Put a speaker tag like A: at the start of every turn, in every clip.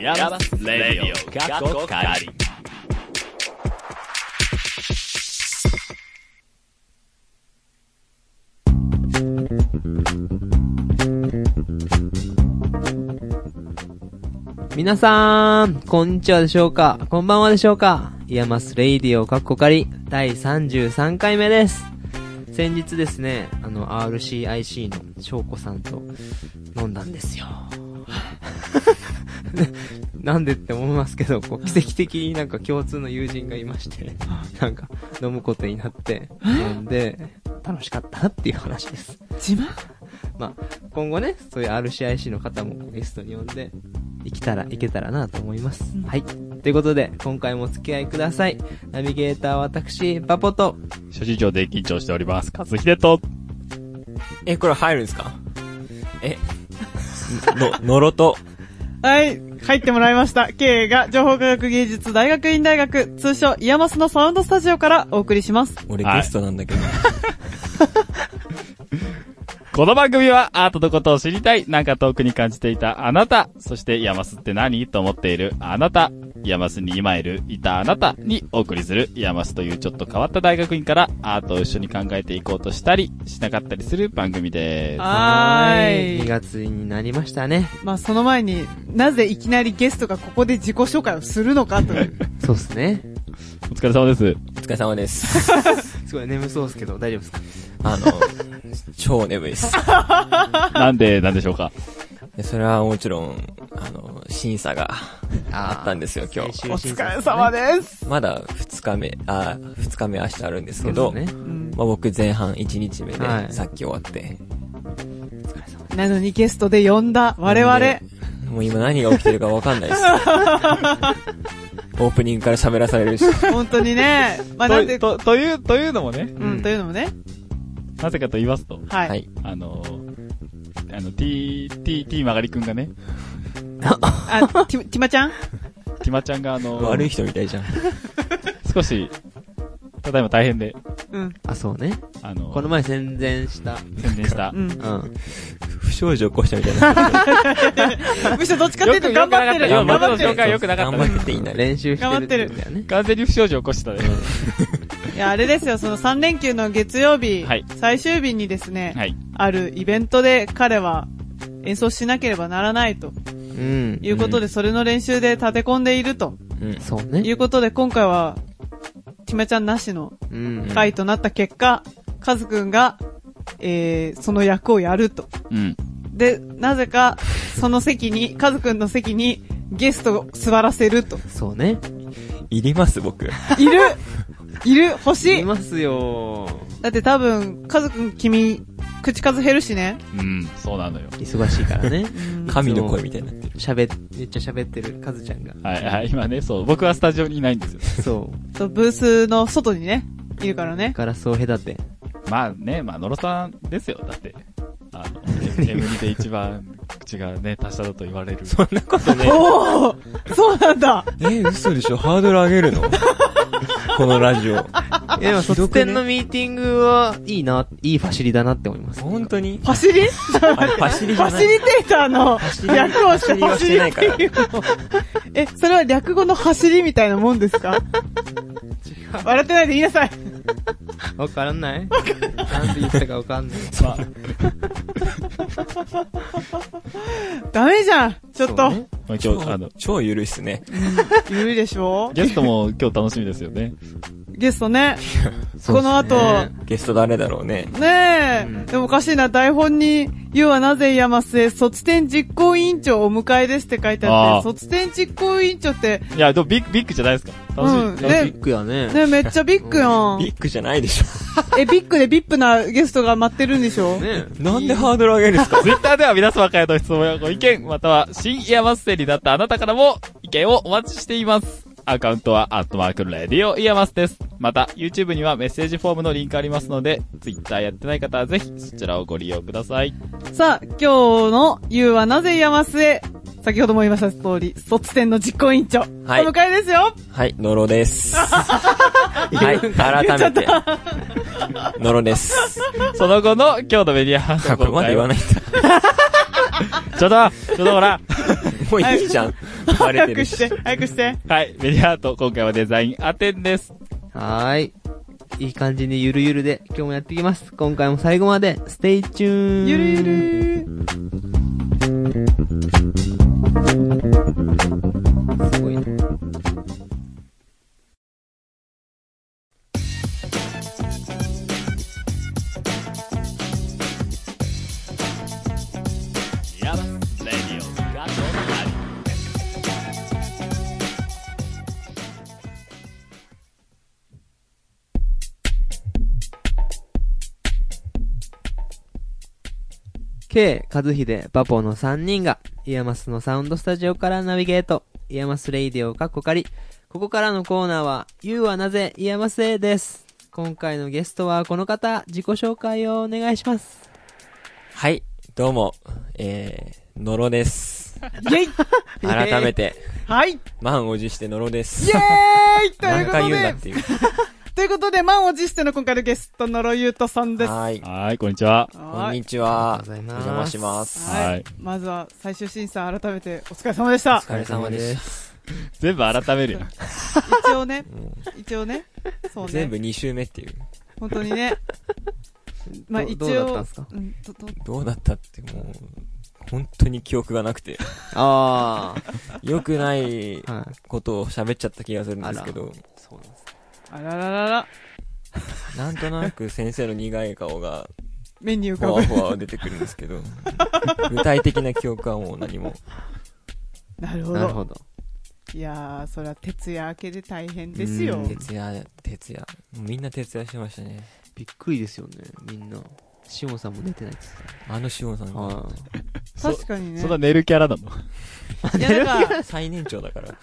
A: ヤマスレディオ過去仮
B: 皆さん、こんにちはでしょうかこんばんはでしょうかイヤマスレイディオカッコカリ第33回目です。先日ですね、あの RCIC の翔子さんと飲んだんですよ。 なんでって思いますけど、こう奇跡的になんか共通の友人がいまして、なんか飲むことになって、飲んで、楽しかったっていう話です。
C: 自慢
B: まあ、今後ね、そういう RCIC の方もゲストに呼んで、生きたらいけたらなと思います。はい。ということで、今回もお付き合いください。ナビゲーターは私、パポと、
A: 諸事情で緊張しております。和秀と。
D: え、これ入るんですかえ、の、のろと、
C: はい、入ってもらいました。K が情報科学芸術大学院大学、通称イヤマスのサウンドスタジオからお送りします。
D: 俺
A: はい
D: ゲストなんだけど。
A: この番組はアートのことを知りたい、なんか遠くに感じていたあなた、そしてヤマスって何と思っているあなた、ヤマスに今いる、いたあなたにお送りする、ヤマスというちょっと変わった大学院からアートを一緒に考えていこうとしたり、しなかったりする番組です。
C: は
B: 2
C: ーい。
B: 月になりましたね。
C: まあその前に、なぜいきなりゲストがここで自己紹介をするのかという。
B: そうっすね。
A: お疲れ様です。
D: お疲れ様です。
B: すごい眠そうっすけど、大丈夫ですか
D: あの、超眠いです。
A: なんで、なんでしょうか
D: でそれはもちろん、あの、審査が
B: あ
D: あったんですよ、今日。
C: お疲れ様です。
D: まだ2日目、あ、2日目明日あるんですけど、
B: ね。
C: うん
D: まあ、僕前半1日目で、
B: はい
D: さっき終わって。
C: なのにゲストで呼んだ我々。
D: でもう今何が起きてるかわかんないです。オープニングから喋らされるし。
C: 本当に ね。 まあなんで、
A: と、という、というのもね、
C: うん、というのもね。
A: なぜかと言いますと、
C: はい。
D: はい。
A: あのあの、t, t, t 曲がりくんがね、
C: あ、ティティマちゃん
A: ティマちゃんがあの
D: 悪い人みたいじゃん。
A: 少し、ただいま大変で、
C: うん。
B: あ、そうね。
A: あの
B: この前宣伝した。
A: 宣伝した
C: う。ん。
B: うん。
D: 不祥事起こしたみたいな。
C: むしろどっちかっていうと頑張ってる。
A: よくよくなかったよく僕。の紹
C: 頑張ってる
A: 介良くなかった
D: 頑張ってていいんだね。
B: 練習してるってことだよね。
A: 完全に不祥事を起こしたね。
C: いや、あれですよ、その3連休の月曜日、
A: はい
C: 最終日にですね、
A: はい。
C: あるイベントで彼は演奏しなければならないと
B: うん。
C: いうことで、それの練習で立て込んでいると
D: うん。
B: そう
C: い
B: ね。
C: うことで、今回は、ティマちゃんなしの
B: うん。
C: 回となった結果、カズくんが、えー、その役をやると。
A: うん。
C: で、なぜか、その席に、カズくんの席に、ゲストを座らせると。
B: そうね。
D: いります、僕。
C: い るいる欲し
B: い
C: い
B: ますよ
C: だって多分、カズくん君、口数減るしね。
A: うん。そうなのよ。
B: 忙しいからね。
C: うん
D: 神の声みたいになってる。
B: 喋っ、めっちゃ喋ってる、カズちゃんが。
A: はい、はい、今ね、そう、僕はスタジオにいないんですよ。
B: そう。
C: そうブースの外にね、いるからね。
B: ガラスを隔て。
A: まあね、まあ、野呂さんですよ、だって。あの、M2 で一番口がね、達者だと言われる。
D: そんなことね。
C: おおそうなんだ
D: え、嘘でしょハードル上げる のこのラジオ。
B: でも、
D: ひど
B: 卒
D: くね
B: 展のミーティングは、いいな、いいファシリだなって思います。
D: 本当に
C: ファシリ
D: あれ、ファシリ
C: フ
D: じゃ
C: ァ
D: な
C: シ
D: い。
C: リテーターの略をしてファシリっていうの。え、それは略語の走りみたいなもんですか笑ってないで言いなさい。
B: わからないなんて言ったかわかんない。
A: まあ、
C: ダメじゃんちょっと、
B: そうね
A: まあ今日、あ
D: 超
A: の、、
D: 超ゆるいっすね。
C: ゆるいでしょ
A: ゲストも今日楽しみですよね。
C: ゲストね。この後、
D: ゲスト誰だろうね。
C: ねえ、
B: うん
C: でもおかしいな、台本に、ゆうはなぜ山瀬、卒展実行委員長をお迎えですって書いて
A: あ
C: あっ
A: ー
C: て、卒展実行委員長って、
A: いや、でもビッグ、ビッグじゃないですか。楽しみ。
C: うん
A: 楽し
B: ビ
A: み
C: ね
B: ッグやね。
C: ねめっちゃビッグやん。
D: ビッグじゃないでしょ。
C: え、ビッグでビップなゲストが待ってるんでしょ
B: ね
D: なんでハードル上げるんですか
A: ツイッターでは皆様からの質問やご意見、または新イヤマステになったあなたからも意見をお待ちしています。アカウントは、アットマーク、レディオイヤマスです。また、YouTube にはメッセージフォームのリンクありますので、Twitter やってない方はぜひ、そちらをご利用ください。
C: さあ、今日のゆうはなぜ山末先ほども言いました通り、卒展の実行委員長。
D: はい
C: お迎えですよ
D: はい、ノロ です。はい、改めて。ノロです。
A: その後の、今日のメディア
D: あ、これまだ言わないんだ。
A: ちょっと、ちょっとほら、
D: もういいじゃん。バレて
C: 早
D: る
C: く
D: し
C: し。て、早くして。
A: はい、メディアアート、今回はデザインアテンです。
B: はーい。いい感じにゆるゆるで今日もやっていきます。今回も最後まで、ステイチューン
C: ゆるゆる
B: すごいな。
A: ヤマスレディオガトナ
B: ケイ、カズヒデ、バポの3人が、イヤマスのサウンドスタジオからナビゲート、イヤマスレイディオをかっこかり、ここからのコーナーは、You はなぜイヤマスへです。今回のゲストはこの方、自己紹介をお願いします。
D: はい、どうも、えー、のろです。
C: イェイ
D: 改めて、
C: はいイェ
D: 満を持してのろです。
C: ーイとい
D: 何
C: うこ
D: 回
C: と
D: 言うんだ
C: で
D: っ、ていう。
C: ということで、満を持しての今回のゲスト、のろゆうとさ んです。は
D: はい。
A: はーい、こんにちは。
D: こん
C: い
D: にちは。
B: あ
D: お
B: りがとうございます
D: 邪魔します。
A: はい
C: はい。まずは、最終審査改めてお疲れ様でした
D: お。疲れ様でした。
A: 全部改めるよ。
C: 一応ね、一応ね、そうね。
D: 全部2周目っていう。
C: 本当に ね。まあ
B: ど
C: 一
B: どうだったん
C: 応
B: すか、
C: うんとと
D: どうだったってもう、本当に記憶がなくて、
B: あ
D: 良くない
B: あ、はい。
D: ことを喋っちゃった気がするんですけど、
B: そうなんです。
C: あらららら、
D: なんとなく先生の苦い顔 が、
C: 目に浮
D: ふ
C: か
D: わ
C: ぶ。
D: ふわ出てくるんですけど、具体的な記憶はもう何も。
C: なるほ
B: なる
C: ど。
B: ほど。
C: いやー、それは徹夜明けで大変ですよ
B: うん。
D: 徹夜、徹夜。みんな徹夜してましたね。
B: びっくりですよね、みんな。シオンさんも寝てないです。
D: あのしおんさんが。
B: は
C: 確かにね
A: そん。な寝るキャラなの
C: いや、なんか、
D: 最年長だから。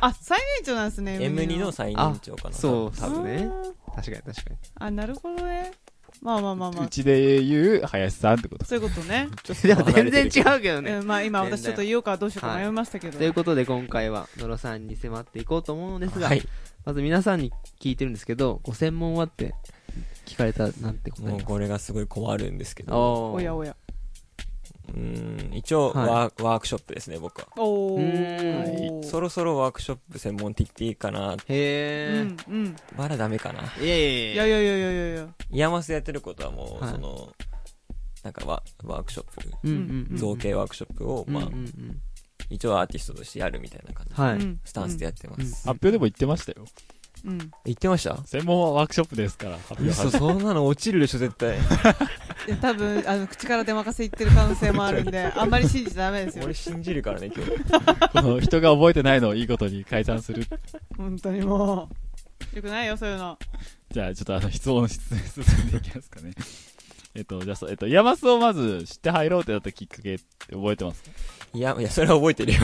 C: あ、最年長なんです ね。
D: M2 の最年長かな。
B: い。そうっす
C: 分
B: ね。確かに確かに。
C: あ、なるほどね。まあまあまあま
A: う
C: あ。
A: ちで言う林さんってこと。
C: そういうことね。
D: ちょっ
B: でも
D: と離れ
B: 全
D: て
B: 然
D: る
B: 違うけどね。
C: うんまあ今
B: 全然
C: 私ちょっと言おうかどうしようか
B: はい
C: 迷いましたけ
B: という
C: ど。
B: ことで今回は野呂さんに迫っていこうと思うのですが、
D: はい。
B: まず皆さんに聞いてるんですけどご専門はって聞かれたらなんて答え
D: も
B: ま
D: う
B: す
D: これがすごい困るんですけど。
B: お
C: おやおや。
D: うーん、一応
B: はい
D: ワーワークショップですね、僕は。
C: お
B: う
C: ー
B: ー。
C: おー
D: そろそろワークショップ専門的でいいかな。
C: う
B: へ
C: ん、うん。
D: まだダメかな。
B: えいやいや
C: い
B: いや
C: やいやいやいやいやいや。
D: イヤマスやってることはもう、
B: はい
D: その、なんかワワークショッ
B: うんうんう
D: プ、
B: ん
D: 造形ワークショップを、
B: うんう
D: ま
B: ん
D: あ
B: う、ん
D: 一応アーティストとしてやるみたいな感じ。
B: はい、
C: うん
D: スタンスでやってま
B: うん
D: す。
A: 発表でも言ってましたよ。
C: うん。
D: 言ってました
A: 専門はワークショップですから、発表
D: 嘘、
A: は。
D: そんなの落ちるでしょ、絶対。
C: いや多分、あの、口から出まかせ言ってる可能性もある んで、あんまり信じちゃダメですよ
D: 俺。信じるからね、今日。
A: この人が覚えてないのをいいことに解散する。
C: 本当にもう。よくないよ、そういうの。
A: じゃあ、ちょっとあの、質問の質問進んでいきますかね。 えっと、じゃあ、そうえっと、イヤマスをまず知って入ろうってなったきっかけって覚えてますか
D: いや、いや、それは覚えてるよ。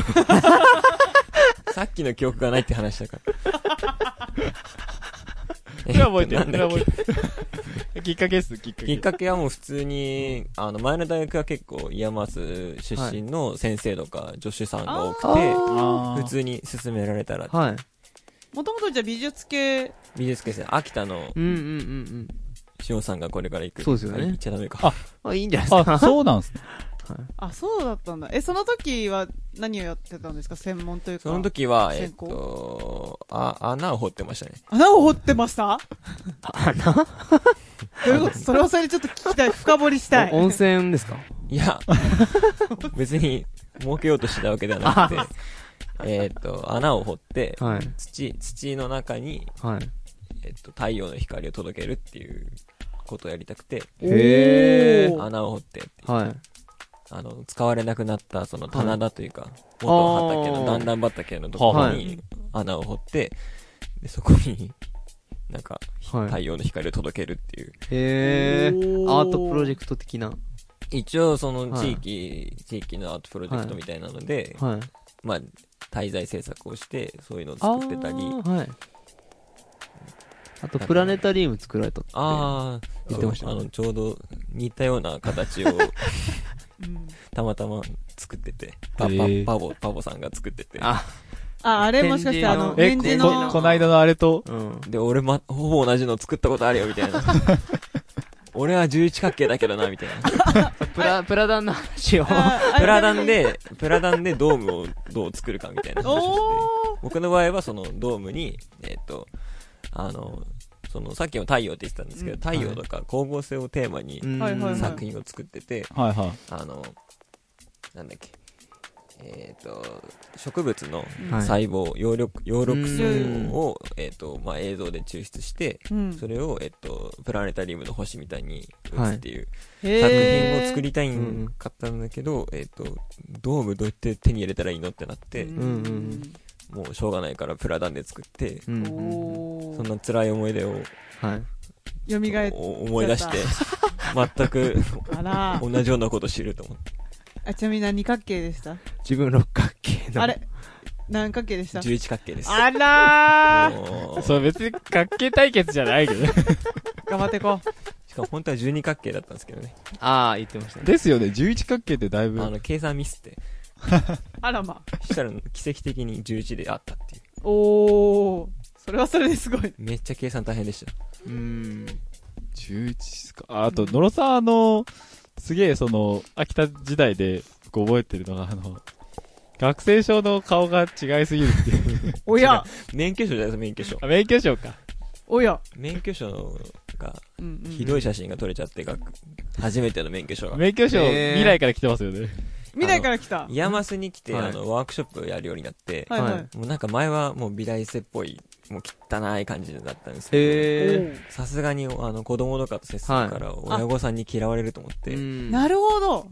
D: さっきの記憶がないって話だから。
A: それは覚えてる。
D: なん
A: それ
D: だ
A: は覚
D: っけ
A: えてる。 きっかけです、きっか
D: き
A: け
D: っ。かけはもう普通に、あの、前の大学は結構、イヤマス出身の先生とか、助手さんが多くて、
A: あー
D: 普通に勧められたら、
B: はい
C: もともとじゃあ美術系、
D: 美術系ですね、秋田の
B: うんうんうんうん
D: 塩さんがこれから行く。
B: そうですよね
D: 行っちゃダメか。
B: あいいんじゃないですか
A: あ、そうなんすね
C: あ、そうだったんだ。え、その時は何をやってたんですか専門というか。
D: その時は、えっ
C: 専攻
D: と、あ、穴を掘ってましたね。
C: 穴を掘ってました
B: 穴
C: どういうことそれはそれでちょっと聞きたい。深掘りしたい。
B: 温泉ですか
D: い や、別に、儲けようとしてたわけではなくて、えっと、穴を掘って、
B: はい
D: 土、土の中に、
B: はい
D: えっと、太陽の光を届けるっていうことをやりたくて、
B: へー
C: お
D: 穴を掘って、
B: はい
D: あの、使われなくなった、その棚田というか、元畑の、
B: あー
D: 段々畑のところ
B: は
D: に穴を掘って、で、そこに、なんか、
B: はい
D: 太陽の光を届けるっていう。
B: へえ
C: おー
B: アートプロジェクト的な
D: 一応、その、
B: はい
D: 地域、地域のアートプロジェクトみたいなので、
B: はい
D: まあ、滞在制作をして、そういうのを作ってたり、
B: あーはいあとプラネタリウム作られたって
D: ああ、
B: 言ってましたね
D: あの、ちょうど似たような形 を
C: うん
D: たまたま作ってて、パパ、
A: へー
D: パボ、パボさんが作ってて。
B: あ
C: あ、あれもしかしてあの、
A: え、
C: 展
A: こ
C: 示
A: こ
C: の。
A: こないだのあれと、
B: うん
D: で、俺ま、ほぼ同じの作ったことあるよ、みたいな。俺は11角形だけどな、みたいな。
B: プラ、プラダンの話を。
C: あ
D: プラダン。で、プラダンでドームをどう作るかみたいな
C: あ
D: 話をしてて
C: おー。
D: 僕の場合はそのドームに、えっと、あの、そのさっきの太陽って言ってたんですけど、
C: うん
D: 太陽とか光合成をテーマに
B: うん
C: はいはいはい
D: 作品を作ってて、
A: はいはい。
D: あの、なんだっけ。えっ、と、植物の
B: はい
D: 細胞、葉緑、葉緑
B: うん
D: 素を、えっ、と、まあ、映像で抽出して、
C: うん。
D: それを、えっ、と、プラネタリウムの星みたいに打つっていう
C: へー
D: 作品を作りたいんかったんだけど、えっ、と、ドームどうやって手に入れたらいいのってなって、
C: うん
B: うん
D: もうしょうがないからプラダンで作って、
B: うんうん。
C: お
D: そん
C: ー。
D: な辛い思い出を
B: はい。
C: 蘇っ
D: お思い出して、全く
C: たら、
D: 同じようなこと知ると思っ て、
C: あ、ちなみに何角形でした
B: 自分六角形の。
C: あれ何角形でした
D: 11角形です。
C: あらー
D: もう
A: それ別に角形対決じゃないけどね。
C: 頑張ってこ
D: しかも本当は12角形だったんですけどね。
B: ああ、言ってましたね。
A: ですよね、11角形ってだいぶ。
D: あの、計算ミスって。
C: う。あらま。
D: そしたら奇跡的に11であったっていう。
C: おー。それはそれですごい。
D: めっちゃ計算大変でした。
B: うーん。
A: 11っすか。ああと、野呂さん、あの、すげえ、その、秋田時代で僕覚えてるのが、あの、学生証の顔が違いすぎるっていう。
C: おや、
D: 免許証じゃないです、免許証
A: あ。免許証か。
C: おや。
D: 免許証が、
C: うんうん
D: ひどい写真が撮れちゃって、が初めての免許証が。
A: 免許証、
B: へー
A: 未来から来てますよね。
C: 未来から来た。
D: イヤマスに来て、
B: はい
D: あの、ワークショップをやるようになって、
C: はいは
B: はいい。
D: もうなんか前はもう美大生っぽい、もう汚い感じだったんですけ
B: へ
D: ど、さすがに、あの、子供とかと接するから、親御さんに嫌われると思っ
B: え。
D: て、
B: うん
C: なるほど。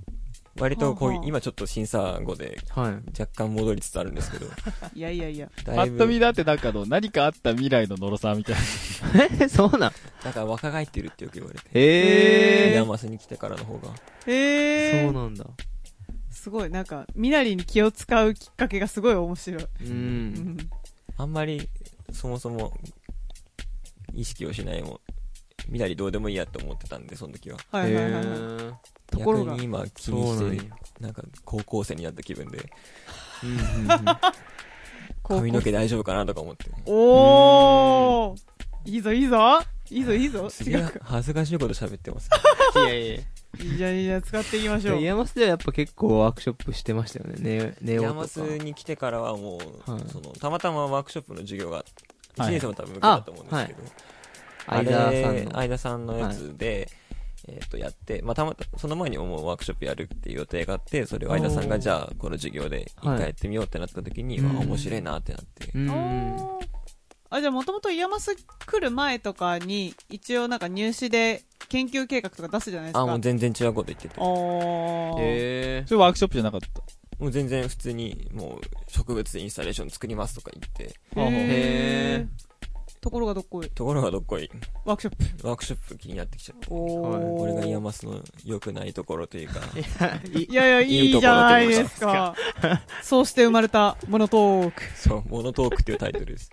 D: 割とこうい
C: はあ
D: う
C: は、あ
D: 今ちょっと審査後で、
B: は
D: 若干戻りつつあるんですけど、
C: いやいやいや。
A: パ
D: だい
A: ッと
D: ぶ
A: 見、だってなんかあの、何かあった未来の野呂さんみたいな。
B: い。え、そうな
D: だ
B: ん
D: から若返ってるってよく言われて。
B: へ
D: イ
B: え
D: ヤ。マスに来てからの方が。
C: へ
B: そ
C: え
B: う。なんだ。
C: すごい、なんか、みなりに気を使うきっかけがすごい面白い。
B: う。
C: うんん。
D: あんまり、そもそも、意識をしないもん、みなりどうでもいいやと思ってたんで、その時は。
C: はいはいはいはい。
B: へえ
C: ところが
D: 逆に今気
B: そうなん
D: に
B: や
D: して、なんか高校生になった気分で、
B: うんうんうん
C: 高校
D: 髪の毛大丈夫かなとか思って。
C: おー。いいぞいいぞ。いいぞいいぞ。
D: すげ
C: 違
D: え
C: うか。
D: 恥ずかしいこと喋って ます。
B: いや いやい
C: いいじゃんいいじゃん、使っていきまし
B: や。
C: ょう
B: イ。ヤマスではやっぱ結構ワークショップしてましたよね。ネネ
D: イ
B: オとか。
D: ヤマスに来てからはもう、
B: はい
D: その、たまたまワークショップの授業が、
A: は
D: 1
A: い
D: 年生も多分向けだと思うんですけど、
B: ア
D: あ
B: イ
D: れ
B: ダーさんの。
D: 相田さんのやつで、えっと、やって、まあ、たまた、その前にもうワークショップやるっていう予定があって、それを相田さん
C: おー
D: が、じゃあ、この授業で一
B: はい
D: 回やってみようってなった時に、
B: うん
D: あ面白いなってなって
B: う。んうん。
C: おーあ、じゃあもともとイヤマス来る前とかに、一応なんか入試で研究計画とか出すじゃないですか。
D: あ、もう全然違うこと言ってて。も
C: おー。
B: へえ。
A: それワークショップじゃなかった。
D: う全然普通に、もう、植物インスタレーション作りますとか言って。
C: へ
B: へ
C: ー。ところがどっこい。
D: ところがどっこい、
C: ワークショッ
D: ワークショップ気になってきちゃって。
C: プ。お
B: はい
C: ー。
D: これがイヤマスの良くないところというか、
C: いやいや、いいじゃないですか。そうして生まれたモノトーク。
D: そう、モノトークっていうタイトルです。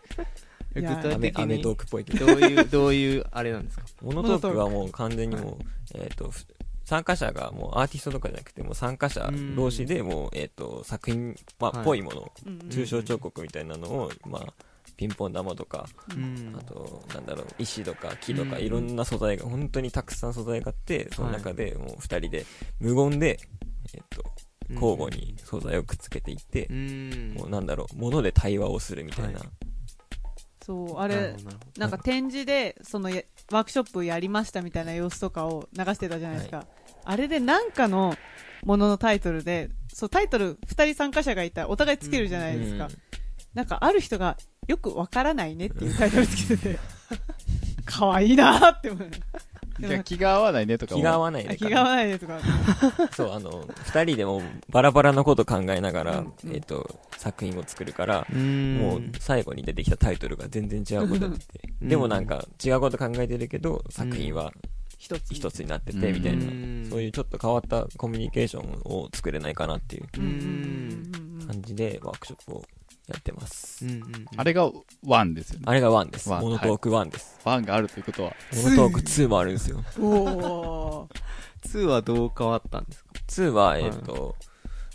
B: 具
C: いや
B: 体
D: アメ
B: 的
D: アメ
B: に
D: ト
B: ど
D: ークっぽいけど。
B: ういう、どういうあれなんですか
D: モノトークはもう完全にもう、えっと、ふ参加者がもうアーティストとかじゃなくて、もう参加者
B: うん
D: 同士でもう、えっと、作品、ま
B: は
D: あ、
B: い
D: ぽいもの、
C: うんうん
D: 抽象彫刻みたいなのを、まあ、ピンポン玉とか、
B: うん
D: あと、なんだろう、石とか木とか、
B: うん
D: いろんな素材が、本当にたくさん素材があって、その中でもう二人で、無言で、えっと、交互に素材をくっつけていって
B: う、ん。
D: もうなんだろう、物で対話をするみたいな
B: は。
C: そう、
B: な
C: あ
B: る
C: れ
B: ほ、どなるほ
C: なんか展示で、そのや、ワークショップやりましたみたいな様子とかを流してたじゃないですか。あれでなんかのもののタイトルで、そう、タイトル二人参加者がいたらお互いつけるじゃないですか。
D: うん
C: なんかある人が、よくわからないねっていうタイトルつけ てて、かわいいなーって思う。でも
A: じゃ
C: なん
A: あ
C: か
A: 気が合わないねとか
D: 気が合わない
C: あ
D: で
C: 気
D: か
C: が合
D: ら。
C: わないねとか。
D: そう、あの、二人でもバラバラなこと考えなが
C: う
D: ら
C: ん、うん
D: えっと、作品を作るから、
B: ど。うん。
D: もう最後に出てきたタイトルが全然違うことやってて、
B: うん
D: でもなんか違うこと考えてるけど、作品は
C: 一つ。
D: 一つになってて、みたいな、そういうちょっと変わったコミュニケーションを作れないかなっていう
C: うんうんうんうんうん。
D: 感じでワークショップをやってます。
B: うんうん。
A: あれがワンですよね。
D: あれが1です。
A: ワン
D: モノトーク1です。
A: ワンがあるということは。
D: モノトーク2もあるんですよ。
C: おー。
B: 2はどう変わったんですか
D: 2は、えっ、と、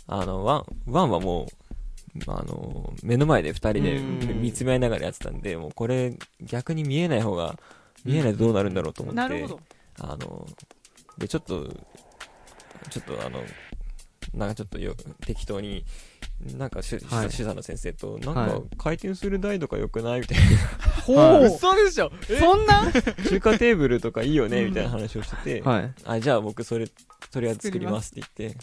D: あの、1、1はもう、あの、目の前で2人で
B: うん
D: 見つめ合いながらやってたんで、もうこれ、逆に見えない方が、見えないとどうなるんだろうと思って、
C: なるほど。
D: あの、で、ちょっと、ちょっとあの、なんかちょっとよ適当に、なんかし、
B: はい
D: 主査の先生と、なん
B: は
D: か
B: い
D: 回転する台とか良くないみたい
C: ほ
B: は
C: う。
A: 嘘でしょえ
C: そんな
D: な、中華テーブルとかいいよねみたいな話をしてて、
B: はい。
D: あ、じゃあ僕それ、とりあえず作りますって言って、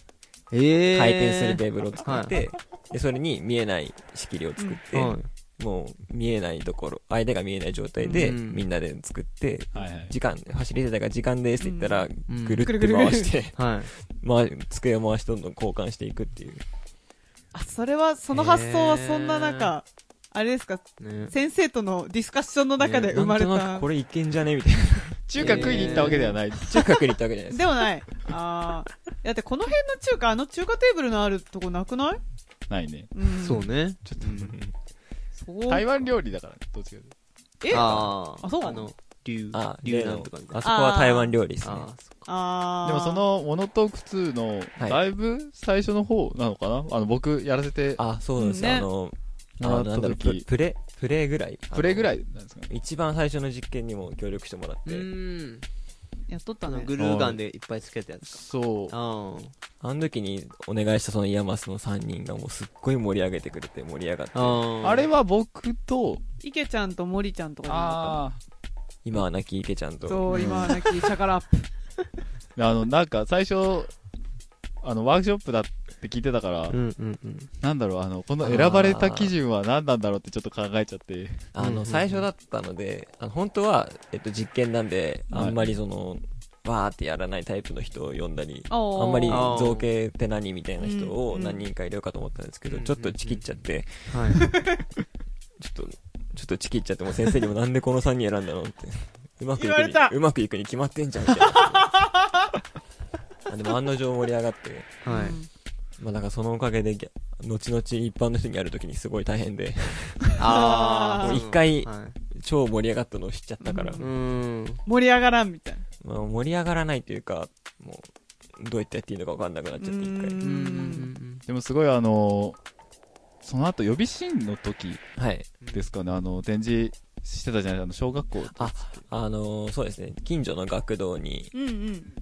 B: ええー。
D: 回転するテーブルを作って、でそれに見えない仕切りを作って、
B: はい
D: もう見えないところ、相手が見えない状態で、
B: うん
D: みんなで作って、
A: はいはい。
D: 時間、走り出たから時間ですって言ったら、
B: うん
D: ぐるって回して、
B: はい。
D: まあ、机を回しどんどん交換していくっていう。
C: あ、それは、その発想はそんな中、あれですか、
B: ね、
C: 先生とのディスカッションの中で生まれ
D: なんとな
C: た
D: くこ。れいけんじゃねみたいな。
A: 中華食いに行ったわけではない。
D: 中華に行ったわけじゃないです。
C: でもない。ああ。だってこの辺の中華、あの中華テーブルのあるとこなくない
A: ないね。
C: うん。
B: そう。ね。
A: ちょっと、
B: うん
C: そう。
A: 台湾料理だから、どっちかというと
C: えあ
B: あー
C: あそう
B: あの、竜
D: あ、、
B: 竜なんとかみた
D: あ
B: いな。
D: そこは台湾料理ですね。
B: あ
C: あー。
A: でもそ、の、モノトーク2の、
D: はい
A: だいぶ最初の方なのかなあの、僕やらせて、
D: あ、そうなんですよ。
C: ね
D: あの、あ
A: 習
D: の
A: っ
D: な
A: た
D: んだろう、プ
A: 時、
D: プレ、プレぐらい。
A: プレイぐら
D: い。
A: いなんですかね。
D: 一番最初の実験にも協力してもらっ
B: う
D: て、
B: ん。
C: やっとった
B: あの、
C: ね。
B: グルーガンでいっぱいつけたやつか。
A: そう。
B: あー
D: あの時にお願いしたそのイヤマスの3人がもうすっごい盛り上げてくれて盛り上がって、
B: あー。
A: あれは僕と、
C: 池ちゃんと森ちゃんとか
A: あ
D: 今は泣き池ちゃん
C: あ
D: と、
C: そう、今はなき、シャカラップ。
A: あの、なんか最初、あの、ワークショップだって聞いてたから、
B: うんうんうん。
A: なんだろう、あの、この選ばれた基準は何なんだろうってちょっと考えちゃって、
D: あ
B: うんうんう
D: の、
B: ん
D: 最初だったので、あの本当は、えっと、実験なんで、
A: はい
D: あんまりその、わーってやらないタイプの人を呼んだり、あ
C: おー
D: んまり造形って何みたいな人
C: う
D: を
C: ん
D: 何人か入れようかと思ったんですけど、
B: うん
D: ちょっとチキっちゃって、
B: はい。
D: ちょっと、ちょっとチキっちゃって、もう先生にもなんでこの3人選んだのって。 うまくい
C: 言
D: く
C: われ
D: に
C: た、
D: うまくいくに決まってんじゃん、みたいな。あでも案の定盛り上がって、
B: はい。
D: まあなんかそのおかげで、ぎゃ後々一般の人にやるときにすごい大変で、
B: ああ。
D: もう一回
B: は
D: 超盛り上がったのを知っちゃったから
B: い、う、ーん。
C: 盛り上がらんみたいな。
D: まあ、盛り上がらないというか、もう、どうやってやっていいのか分かんなくなっちゃって、一
C: う
D: 回。
B: うんうん
C: ん。
A: でもすごいあの、その後予備審の時
D: はい。
A: ですかね、あの、展示してたじゃないあの、小学校。
D: あ、あのーそうですね、近所の学童に、
C: うんうん。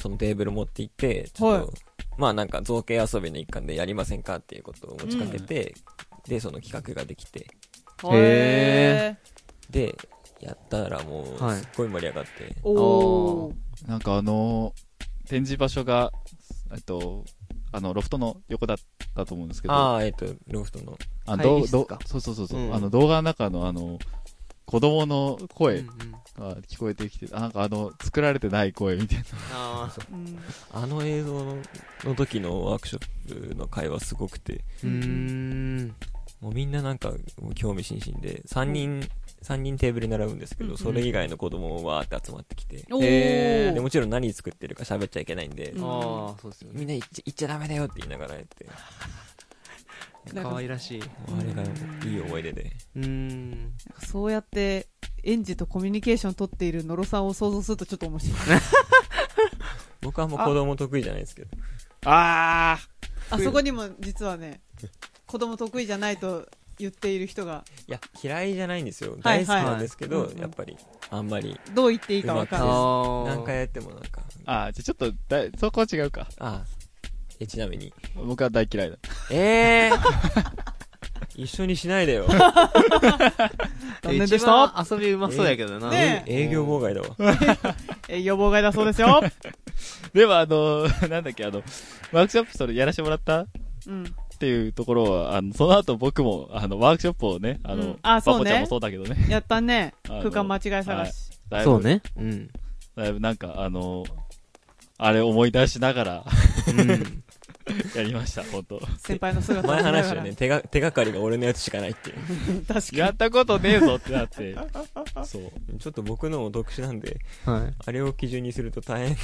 D: そのテーブル持って行って、ちょっと、
C: は
D: まあなんか造形遊びの一環でやりませんかっていうことを持ちかけて、で、その企画ができて、
B: へ
C: へ
D: で、やったらもう、
B: はい
D: すっごい盛り上がって、
C: ー。おー。
A: なんかあの、展示場所が、えっと、あの、ロフトの横だったと思うんですけど、
D: ああ、えっと、ロフトの、
A: あの、
B: 会
A: どう
B: 議室
A: どう
B: か
A: そうそうそうそう、
B: うん
A: あの動画の中のあの、子供の声
B: うんうん
A: が聞こえてきて、あなんかあの、作られてない声みたいな。
B: あー
C: うん
D: あの映像のの時のワークショップの会話すごくて、
B: うーん。
D: もうみんななんかもう興味津々で3人、三人テーブルに並ぶんですけ
C: うん
D: ど
C: うん
D: それ以外の子供もわーって集まってきて
C: お
B: へー
D: で
C: ー。
D: もちろん何作ってるか喋っちゃいけないんで
C: うん
B: ああ、そうですよね。
D: みんな言っちゃ言っちゃダメだよって言いながらやって
C: なんか
B: 可愛らしい。う
D: もうあれがいい思い出で
B: ーん。
C: そうやって、園児とコミュニケーション取っている野呂さんを想像するとちょっと面白い。
D: 僕はもう子供得意じゃないですけど
A: あ
C: あそこにも実はね、子供得意じゃないと言っている人が、
D: いや嫌いじゃないんですよ
C: は
D: 大
C: い
D: 好きなんですけど、
C: はい
D: やっぱりあんまり
C: どう言っていいかわかん
D: う
C: ない。
B: あ
D: 何回やってもなんか
A: ああ、じゃあちょっとだい、そこは違うか。
D: ああえちなみに
A: 僕は大嫌いだ。
D: ええ 一緒にしないで よ
C: 残念でし
B: 一番
C: た。
B: 遊びうまそうやけどな。
C: ね
D: 営業妨害だわ
C: え、予防外だそうですよ。
A: でもあの、 なんだっけ、あの、ワークショップそれやらせてもらったっ
C: うん。
A: ていうところは、あの、その後僕も、あの、ワークショップをね、あの、
C: うんあそう
A: パポ
C: ね
A: ちゃんもそうだけどね。
C: やったね。
A: あの
C: 空間間違い探し。
A: だいぶ
B: そう。ね。うん。
A: だいぶなんか、あの、あれ思い出しながら
B: うん。
A: やりました、本当
C: 先輩の姿を
D: 前
C: 見ながら
D: 話したよね。手が手がかりが俺のやつしかないっていう
C: 確か
A: やったことねえぞってなって。そう。
D: ちょっと僕のも特殊なんで
B: は
D: あれを基準にすると大
B: い。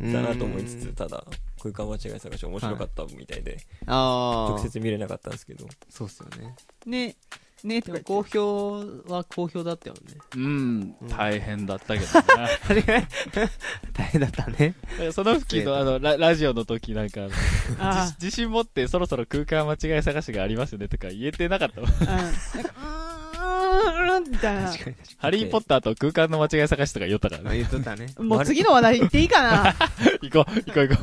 D: 変だなと思いつつ
B: うん
D: ただ空間間違い探し面白かったみたいで
B: ああ。
D: 直。接見れなかったんですけど
B: そうっすよね。
C: に。ね、ね、
B: で
C: と
B: も
C: か
B: 好評は好評だったよね。
A: うん、大変だったけどな。
B: 大変だったね。
A: その付近のあのララジオの時なんか、あの
C: 言ってあ
A: 自自信 持ってそろそろ空間間違い探しがありますよねとか言えてなかったわ。
C: あ、うん。なんか、うーうんうんみたいな。
B: 確かに確か
A: ハリーポッターと空間の間違い探しとか言お ったから
B: に。あ
A: ね。
B: 言っとったね。
C: もう次の話題行っていいかな
A: 行こう、行こう行こ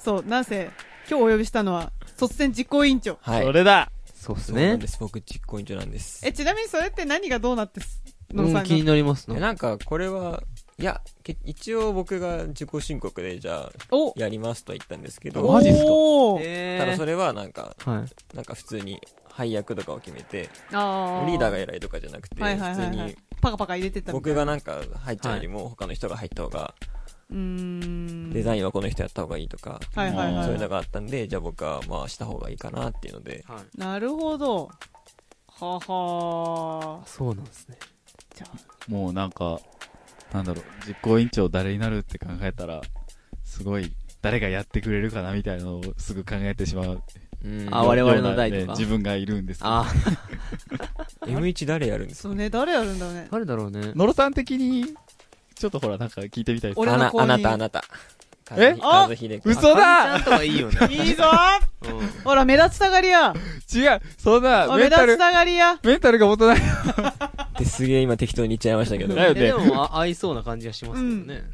C: そう、なんせ、今日お呼びしたのは、卒選実行委員長。
A: う。
D: はい。
A: それだ
B: そうっす
D: そうな
B: ね
D: んで。す。僕、実行委員長なんです。
C: え、ちなみにそれって何がどうなってす
B: う
C: のさ
B: ん、
C: ん
B: 気に
C: が。
B: なります
D: え
B: な。
D: なんか、これは、いや、け一応僕が自己申告で、じゃあ、
C: お
D: やりますとは言ったんですけど、
A: マジっすか
C: おー
D: ただ
B: え
D: それはなんか、
B: ー。はい。
D: なんか普通に配役とかを決めて、
C: あ
D: リーダーが
C: や
D: 偉いとかじゃなくて、
C: はいはいはい
D: 普通
C: は
D: に
C: い。パカパカ入れてたみたい
D: 僕が
C: な
D: なんか入っちゃうよりも他の人が入った方が、
C: うーん。
D: デザインはこの人やった方がいいとか、
C: はいはい
A: ん
D: そういうの
C: は
D: があったんで、じゃあ僕はまあした方がいいかなっていうので、
B: はい。
C: い。なるほど。はは
B: あそうなんですね。
C: じゃあ、
A: もうなんか、なんだろう、実行委員長誰になるって考えたら、すごい、誰がやってくれるかなみたいなのをすぐ考えてしまう。
B: あ我々の代とか
A: ようなね自分がいるんですけど。
B: あ
D: M1 誰やるんですか
C: そうね、誰やるんだろうね。
B: 誰だろうね。
A: 野呂さん的に、ちょっとほら、なんか聞いてみたいです。
C: 俺
D: あ
C: の
D: な
C: 公認
D: あなた、あなた。
A: え
D: 和秀君
A: 嘘だ
B: あかんちゃんとかいいよね。
C: いいぞ
B: う
C: ほら、目立ちたがりや。
A: 違うそんな、
C: あ
A: メ
C: 目
A: ン
C: 立
A: タ
C: ち
A: ル、
C: たがりや。
A: メンタルが持たない。
D: ってすげえ今適当に言っちゃいましたけど
A: だ。よ
B: ん。えで
A: ね。
B: も、あ合いそうな感じがしますけどね。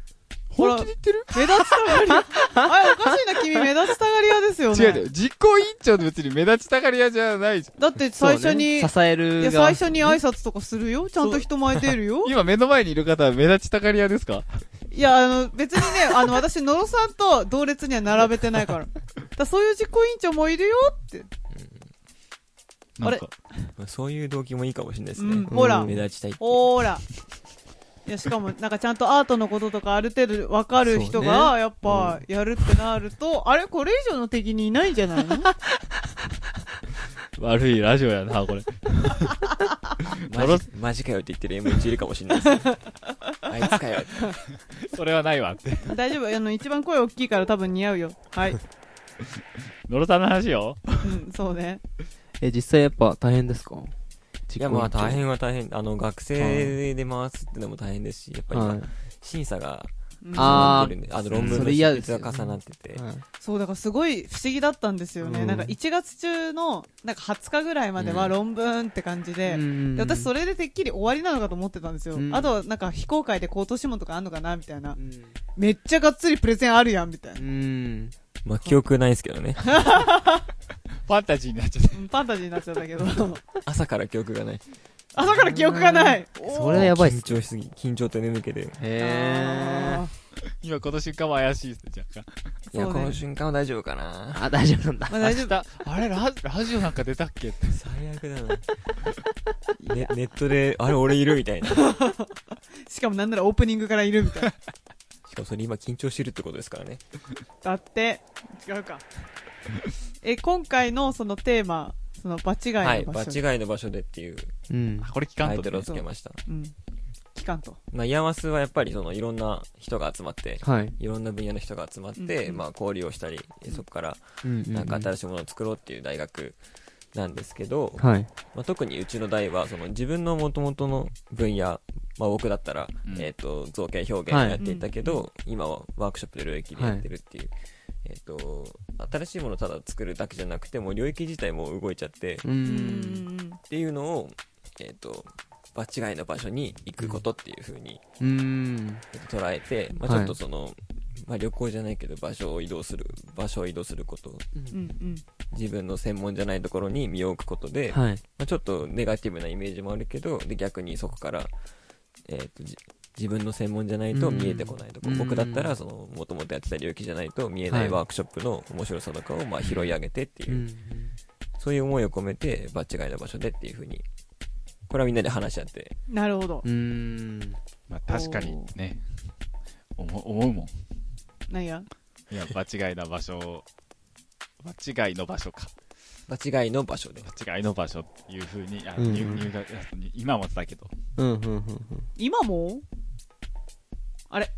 A: 本気で言ってる
C: 目立ちたがり屋。あれ、おかしいな、君、目立ちたがり屋ですよね。
A: 違うよ。実行委員長で別に目立ちたがり屋じゃないじゃん。
C: だって、最初に、
B: そうね支える
C: い
B: が。
C: や、最初に挨拶とかするよ。ちゃんと人前出るよ。
A: 今目の前にいる方は目立ちたがり屋ですか
C: いや、あの、別にね、 あの、私、野呂さんと同列には並べてないから。だからそういう実行委員長もいるよって。
A: な
C: あ
A: ん
C: れ
A: か、
D: そういう動機もいいかもしれないです
C: うん
D: ね。
C: ほら
D: 目立ちたいっていう。
C: ほーら。いや、しかも、なんかちゃんとアートのこととかある程度わかる
B: そ
C: 人が、やっぱ、やるってなると、あれこれ以上の敵にいないんじ ゃないの
A: 悪いラジオやな、これ。
D: マジマジかよって言ってる M1 いるかもしれないです ね。あいつかよって。
A: それはないわって。
C: 大丈夫。あの、一番声大きいから多分似合うよ。はい。
A: 野呂さんの話よ。
C: うん、そうね。
B: え、実際やっぱ大変ですか
D: いやまあ大。変は大変。あの、学生で回すってのも大変ですし、やっぱり
B: は
D: 今、審査が、
C: うん
B: あー
D: 出てるんであの、論文
B: そ
D: の
B: れ
D: 執
B: 嫌で
D: 筆
B: すよね
D: が重なってて
B: い。。はい
C: そう、だからすごい不思議だったんですよね。
B: うん
C: なんか1月中の、なんか20日ぐらいまでは論文って感じで、で私そ
B: れ、
C: れでてっきり終わりなのかと思ってたんですよ。
B: うん
C: あとはなんか非公開で口頭諮問とかあんのかなみたいな
B: う。ん
C: めっちゃがっつりプレゼンあるやんみたいな
B: う。ん。
D: まあ記憶ないですけど ね。
A: ファンタジーになっちゃった。
C: うんファンタジーになっちゃったけど。
D: 朝から記憶がない。
C: 朝から記憶がない。
B: それはやばいっす
D: 緊。張しすぎ。緊張と眠気で。
B: へー。
A: 今、この瞬間は怪しいですね、若干。
D: いや、
C: そうね
D: この瞬間は大丈夫かな。
B: あ、大丈夫なんだ。
C: まあ大丈夫。
A: 夫。あれラ、ラジオなんか出たっけって。
D: 最悪だな。ねネットで、あれ俺いるみたいな。しか
C: しかもなんならオープニングからいるみたいな。
D: もそれ今緊張してるってことですからね。
C: だって、違うか。え、今回のそのテーマ、その場違いの場所。
D: はい。場違いの場所でっていう
B: うん。
A: これ聞か
D: タ
A: ん
D: イ
A: と
D: トルを
A: ね。
D: つけました。
C: うん。期間と。
D: まあ、イヤマスはやっぱりそのいろんな人が集まって、
B: はい。
D: いろんな分野の人が集まって、
C: うん
D: まあ交流をしたり、そこから
B: うん。
D: なんか新しいものを作ろうっていう大学なんですけど、
B: はい。
D: まあ、特にうちの代はその自分の元々の分野、まあ、僕だったら、
A: うん
D: えっと造形表現をやっていたけど、今はワークショップで領域でやってるっていう、えっと新しいものをただ作るだけじゃなくてもう領域自体も動いちゃって、
B: う。
D: っ
C: うんん。
D: ていうのを、えっと場違いの場所に行くことっていうふうに
B: うん。
D: えっと捉えて、まあ、
B: はい
D: ちょっとその、まあ、旅行じゃないけど場所を移動する場所を移動すること
C: うんうん。
D: 自分の専門じゃないところに身を置くことで、
B: はい。
D: まあ、ちょっとネガティブなイメージもあるけどで逆にそこから、えー、とじ自分の専門じゃないと見えてこないとこ、
B: うん
D: 僕だったらその元々やってた領域じゃないと見えな
B: はいい
D: ワークショップの面白さとかをまあ拾い上げてっていうう、
B: ん。
D: そういう思いを込めて場違いの場所でっていうふうにこれはみんなで話し合って
C: なるほど。
B: うん。
A: まあ、確かにね。思思うもん。
C: 何が
A: いや、間違いな場所を、間違いの場所か。
D: 場違いの場所で
A: 間違いの場所っていうふうに、あ
B: うん
A: 入入学、あ今もだけど。
B: うん。うん。うん。
C: 今もあれ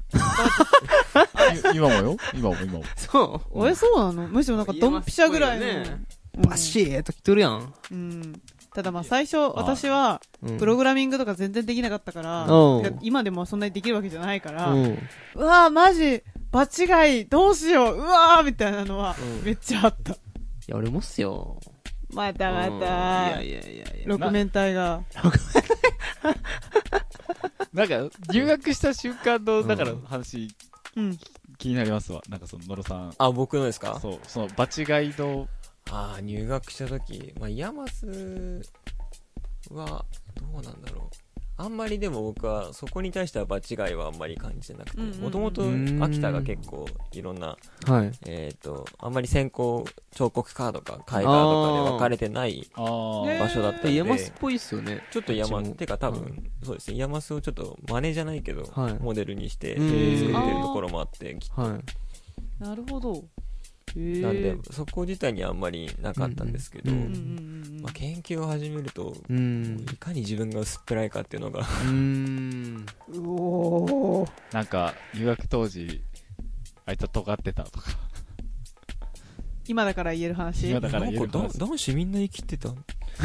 A: 今もよ今も今も。
B: そ
C: あれそうなのむしろなんかドンピシャぐらいの。
B: 言えますっぽいよね
C: う
B: う。
C: ん
B: バシーと来とるやん。
C: うん。ただまあ最初、私は、
B: うん
C: プログラミングとか全然できなかったから、
B: うん
C: てか今でもそんなにできるわけじゃないから、
B: う。
C: うんわぁ、マジ、場違い、どうしよう、うわぁ、みたいなのは
B: う、ん
C: めっちゃあった。
B: いや、俺もっすよ。
C: またま
B: うん
C: た
B: い、やいやいやいや。
C: 六面体が。
A: なんか、留学した瞬間の、だから
B: うん
A: 話、
C: うん。
A: 気になりますわ。なんかその、野呂さん。
D: あ、僕のですか
A: そう、その、場違いの、
D: ああ、入学した時、まあ、ヤマスは、どうなんだろう。あんまりでも僕は、そこに対しては場違いはあんまり感じてなくて、
C: うんうんうん
D: もともと秋田が結構いろんな、
B: はい。
D: えっ、と、あんまり先行彫刻家とか絵画とかで分かれてない
A: あー
C: ね
D: 場所だったんで、
B: で、山スっぽいっすよね。
D: ちょっと
B: こ
D: 山
B: っちも
D: てか多分、
B: うん
D: そうですね山巣をちょっと真似じゃないけど、
B: はい
D: モデルにして
B: う
D: 作っ
B: ん
D: てるところもあってき
B: は
C: なるほど。へえ。
D: なんでそこ自体にあんまりなかったんですけど、
B: うん
C: うんうんうん
D: まあ、研究を始めると、
B: い。う
D: も
B: ん
D: う。いかに自分が薄っぺらいかっていうのが
B: うーん。
C: うん。うおー。
A: なんか、留学当時、あいつは尖ってたとか。
C: 今だから言える話
A: 今。だから言える
D: なん
A: 話
D: かだ男子みんな生きてた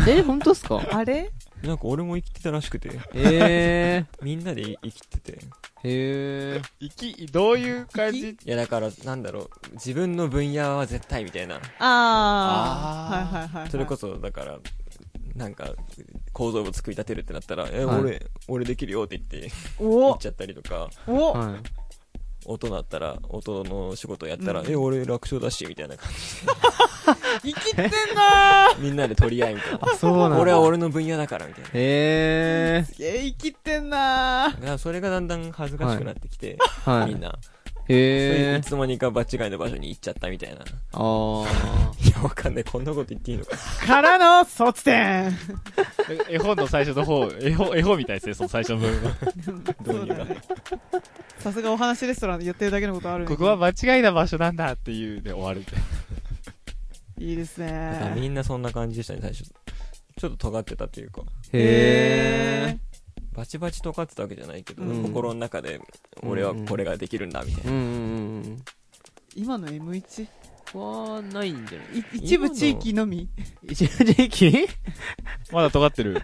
B: え、本当っすか
C: あれ
D: なんか俺も生きてたらしくて
B: え
D: みんなで生きてて
B: ー。 へー。
A: 生き、どういう感 じ
D: いやだからなんだろう自分の分野は絶対みたいな
C: あ
A: あー
C: ー。はいはいはいはい。
D: それこそだからなんか構造物作り立てるってなったら「え
B: はい
D: 俺俺できるよ」って言って言っ
C: お
D: ちゃったりとか
C: お
B: は。
D: 音だったら音の仕事やったら、
C: うん
D: え俺楽勝だしみたいな感
C: 生きてんなー
D: じみんなで取り合いみたいない
B: あ、そうなんだ。
D: 俺は。俺の分野だからみたいな
B: へ
C: すげえ生きてんなー
D: だからそれがだんだん恥ずかしくなってきて、
B: ー。はい。
D: みん。な、そうい
B: へ
D: うい
B: ー。
D: つの間にか場違いの場所に行っちゃったみたいな
B: あー。
D: いやわかんないこんなこと言っていいの か
C: からの卒点
A: 絵本の最初の方、絵本、絵本みたいですね、その最初の部 分は。
D: 導入が
C: そうだねさすがお話レストランで言ってるだけのことあるね
A: ここは間違いな場所なんだっていうで終わるみたい
C: いいです
D: だからみ
C: ね
D: んなそんな感じでしたね最初ちょっと尖ってたっていうか
B: へ
D: バチバチ尖ってたわけじゃないけど、
B: うん
D: 心の中で俺はこれができるんだみたい
B: ー。う
D: な、
B: んうんうん
C: 今の M1
B: うん。は、ないんじゃない
C: い一部地域のみ
B: 一時期
A: な。まだ尖ってる。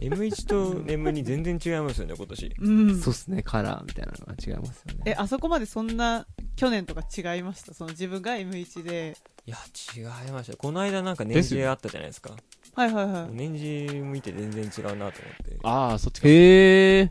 D: M1 と M2 全然違いますよね今年
C: うん
B: そうっすね、カラーみたいなのが違いますよね。
C: えあそこまでそんな去年とか違いましたその自分が M1 で
D: いや違いましたよこの間なんか年
A: です
D: 次
A: よ
D: あったじゃないですか
C: はいはいは
D: 年次見て全然違うなと思
A: ああ、そっちか。
B: へー。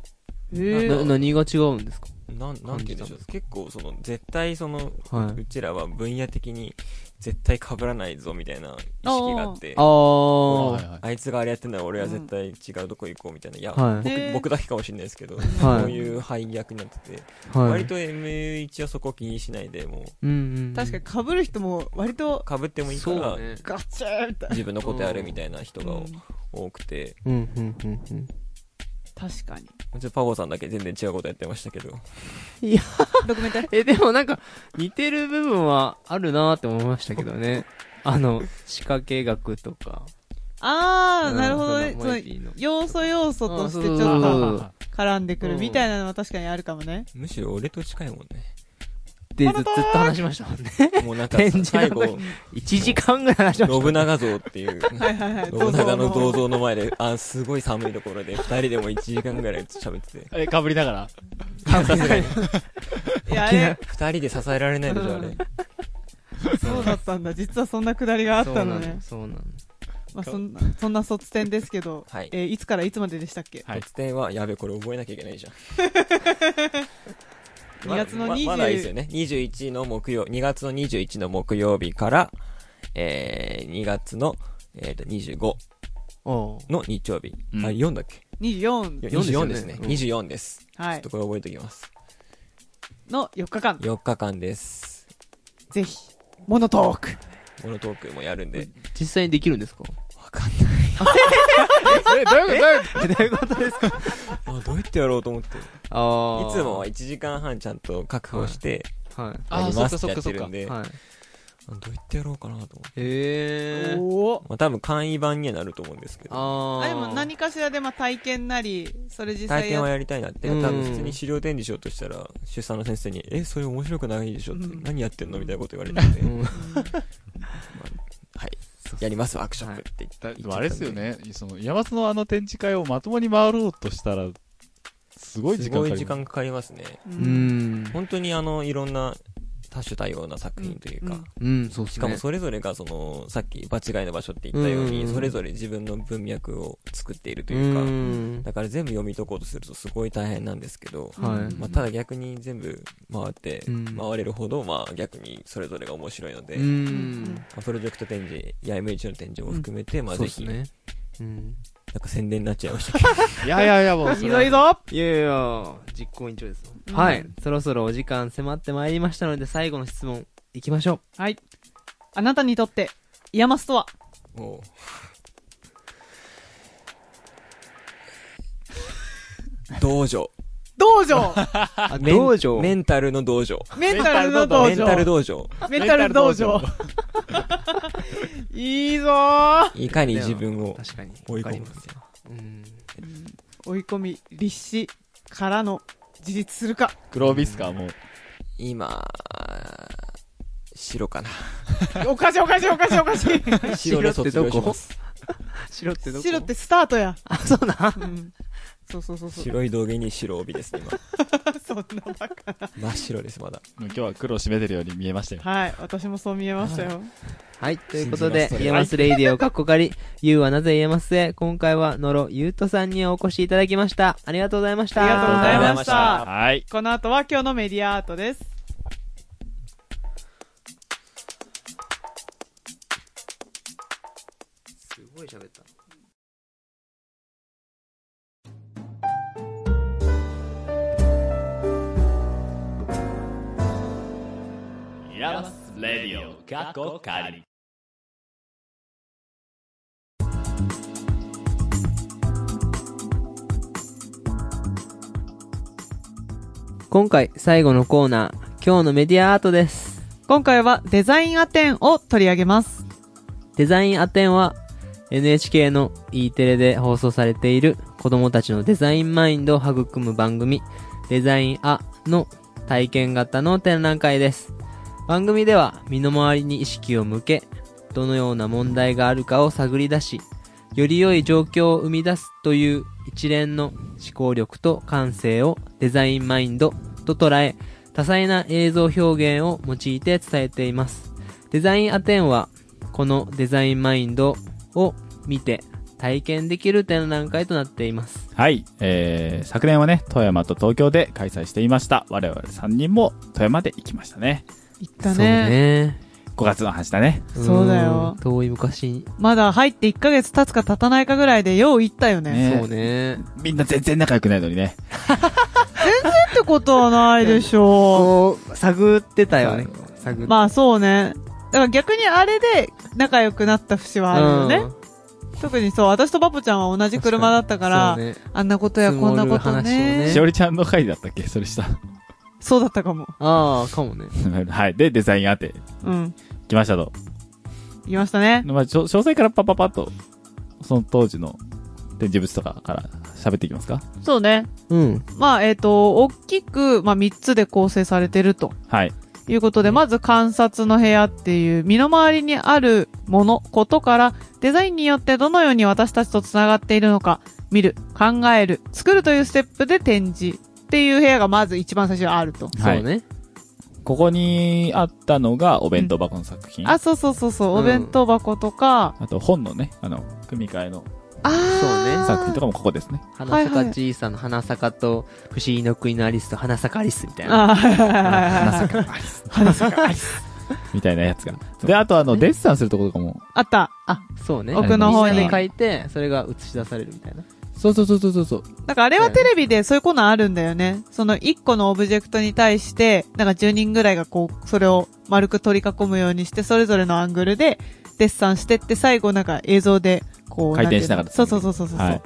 C: い
D: え
C: へ
B: な、何が違うんですか
D: ってなんなんて言うんでしょう結構その絶対その
B: は
D: う
B: い。
D: ちらは分野的に絶対被らないぞみたいな意識があって
B: あー。
A: はいはい
D: あいつがあれやってんなら俺は絶対違うとこ行こうみたいな、いや、
B: はい
C: へー
D: 僕僕だけかもしれないですけど、
B: はい
D: そういう配役になってて、
B: はい。
D: 割と M1 はそこ気にしないでも
B: うんうんうん。
C: 確かにかぶる人も割と
D: う被ってもいいから、
B: そうね
C: ガチャーみたいな
D: 自分のことやるみたいな人
C: う
D: が
C: ん
D: 多くて、
B: うんうんうんうん。
C: 確かに
D: もちろんパゴさんだけ全然違うことやってましたけど
C: ドキュメンタリー
B: え、でもなんか、似てる部分はあるなーって思いましたけどね。あの、仕掛け学とか。
C: あ
B: う
C: ー
B: ん
C: なるほどね
B: その
C: その
B: マイティの
C: 要素要素としてち
B: あ
C: ょっ
B: そう
C: と
B: そう
A: ああ
C: 絡んでく
B: う
C: る
B: ん
C: みたいなのは確かにあるかもね。
D: むしろ俺と近いもん
B: で、ずずっと話しましたもんね。
D: ねもうなんか
B: 展示
D: 最
B: の時
D: 後
B: 1時間ぐらい話しました。
D: 信長像って いう
C: はいはいはい。
D: 信長の銅
C: どうぞ
D: 像の前で、あ、すごい寒いところで、二人でも1時間ぐらい喋ってて。
A: え、かぶりながら。
D: さすがに。
C: いや、あれ、
D: 二人で支えられないでしょ、あれ。
C: そうだったんだ。実はそんなくだりがあっ
B: そう
C: た
B: な
C: の
B: の
C: ね。
B: そうなの。
C: まあ、そんな、そんな卒点ですけど、
D: はい
C: えーいつからいつまででしたっけ
A: はい
D: 突然は、やべ、これ覚えなきゃいけないじゃん。
C: ?2 月の
D: ま
C: 20、
D: まだいいですよね。21の木曜、2月の21の木曜日から、えー、2月の、えーと、25
B: おう
D: の日曜日。
A: うん
D: あ、4だっけ
C: 24、
B: ですよ
D: ?24
B: ね
D: ですね。
B: うん
D: 24です。
C: は
D: ちょっ
C: い
D: と、これ覚えておきます。
C: の4日間、
D: 4日間です。
C: ぜひ、モノトーク。
D: モノトークもやるんで。
B: 実際にできるんですか
D: わかんない。
A: え、どういうこ
B: えどういうことですか
D: あ、どうやってやろうと思って。
B: あー。
D: いつもは1時間半ちゃんと確保して、
B: つもはい。
A: あー
D: やりますっ
A: そ
D: て
A: っ
D: や
A: か
D: って
A: そっか
D: るんで、
B: はい。
D: あどうやってやろうかなと思って。
B: へー。
C: おー。
D: まあ多分簡易版にはなると思うんですけど、
B: あー。
C: あ、でも何かしらで、まあ、体験なり、それ実
D: 体
C: 際
D: 験
C: や
D: は
C: っ
D: やりたいなって、
B: うん
D: 多分普通に資料展示しようとしたら、出産の先生に、え、それ面白くないでしょって、
C: うん
D: 何やってんのみたいなこと言われたんで、
B: うん。
D: はい、やりますワークショップって言って。
A: とでもあれですよね。その、山津のあの展示会をまともに回ろうとしたら、すごい
D: す
A: 時間か
D: ご
A: か
D: い
A: る。
D: 時間かかりますね。
C: う
B: うんん。
D: 本当にあの、いろんな多種多様な作品というか、
C: うん
B: うん、そうっすね。
D: しかもそれぞれがそのさっき場違いの場所って言ったよう
B: うんうん
D: に、
B: うん
D: それぞれ自分の文脈を作っていると
B: う
D: いうか、
B: ん。
D: だから全部読み解こうとするとすごい大変なんですけど、
B: はい
C: うん
D: まあ、ただ逆に全部回って、
B: うん
D: 回れるほど、まあ、逆にそれぞれが面白いので、
B: う
D: ま
B: ん。
D: あプロジェクト展示や MH の展示も含めて、まあ、
B: そう
D: ぜ
B: っす
D: ひ、
B: ね。うん。
D: なんか宣伝になっちゃいま したけど、
A: いやいやいや、もう
C: い
A: そ
C: い
A: れ
C: ぞ
A: はい
C: いぞ
B: いやいや、実行委員長です。
C: うん
B: はい。そろそろお時間迫ってまいりましたので、最後の質問、いきましょ
C: はい。あなたにとって、イヤマスとは
D: もう、道 場。
C: 道
B: う。
C: 場
B: あ、道場。
D: メンタルの道場。
C: メンタルの道
D: メンタル
C: 場
D: 道場。
C: メンタル道場いいぞー
D: いかに自分を
B: 確かに。
D: 追い込む
B: わかり
D: か
B: ますうん。
C: 追い込み、立志からの自立するか。
A: 黒帯っすか、もう。
D: 今、白かな。
C: おかしいおかしいおかしいおかしい。
B: 白
D: で
B: って
D: 卒
B: ど
D: 業
B: こ
D: します。
B: 白ってどこ
C: 白っ。てスタートや。
B: あ、そうなん。
C: うん。そうそうそうそう。
D: 白い道着に白帯ですね、今。
C: そんなバカな。
D: 真っ白です、まだ。
A: もう今日は黒を締めてるように見えましたよ。
C: はい。私もそう見えましたよ。
B: はい、ということで
D: 信じますそ、れ
B: イエマスレイディオかっこかり、ゆうはなぜイエマスへ、今回は野呂ゆうとさんにお越しいただきました。ありがとうございました。
C: ありがとうござい
A: ありがとう
C: ま
D: ございま
C: し
D: したた。
A: はい。
C: この後は今日のメディアアートです。
B: すごい喋った。
A: ヤマスレディオ、過去仮。
B: 今回、最後のコーナー、今日のメディアアートです。
C: 今回はデザインアテンを取り上げます。
B: デザインアテンは NHK の E テレで放送されている子供たちのデザインマインドを育む番組デザインアの体験型の展覧会です。番組では身の回りに意識を向け、どのような問題があるかを探り出し、より良い状況を生み出すという一連の思考力と感性をデザインマインドと捉え、多彩な映像表現を用いて伝えています。デザインアテンはこのデザインマインドを見て体験できる展覧会となっています。
A: はい、えー、昨年はね、富山と東京で開催していました。我々3人も富山で行きましたね。
C: 行った
B: そう
C: ね。
B: ね。
A: 5月の話だね。
C: そうだよ
B: うん遠い昔に。
C: まだ入って1ヶ月経つか経たないかぐらいでよう行ったよね。
A: ねえ
B: そうね。
A: みんな全然仲良くないのにね。
C: ってことはないでしょ
B: こう、探ってたよね。探
C: う。
B: っ
C: まあそうね。だから逆にあれで仲良くなった節はあるよね。
B: うん
C: 特にそう、私とパポちゃんは同じ車だったから、
B: そうね
C: あんなことや
B: 積
C: こ
B: も
C: ん
B: る
C: なこと
B: 話をね
C: ね
A: しおりちゃんの回だったっけそれした。
C: そうだったかも。
B: ああ、かもね。
A: はい。で、デザイン当て、
C: うん。
A: 来ましたと。
C: 言いましたね。
A: まあ、ちょ詳細からパパパッと、その当時の展示物とかから喋っていきますか
C: そうね。
B: うん。
C: まあ、えっ、と、大きく、まあ、3つで構成されてると
A: はい。
C: いうことで、まず観察の部屋っていう、身の回りにあるもの、ことから、デザインによってどのように私たちと繋がっているのか、見る、考える、作るというステップで展示っていう部屋がまず一番最初にあると。
A: はい
B: そうね。
A: ここにあったのがお弁当箱の作品。
C: あ、そうそうそうそう、
B: うん
C: お弁当箱とか、
A: あと本のね、あの、組み替えの
C: あー
B: そうね
A: 作品とかもここですね。
B: 花
C: はいは
B: 坂
C: い
B: じいさんの花坂と、不思議の国のアリスと花坂アリスみたいな。
C: あーはいはいはいはいはい
A: 花坂アリス。みたいなやつが。で、あとあの、デッサンするところとかも。
C: あった。
B: あ、そうね。
A: 奥の方に
B: みんな書いて、それが映し出されるみたいな。
A: そうそうそうそうそう。
C: なんかあれはテレビでそういうコーナーあるんだよね。その1個のオブジェクトに対して、なんか10人ぐらいがこう、それを丸く取り囲むようにして、それぞれのアングルでデッサンしてって、最後なんか映像で、こう、
A: 回転しながら
C: んていうのそうそうそうそうそう、
A: はい
C: っ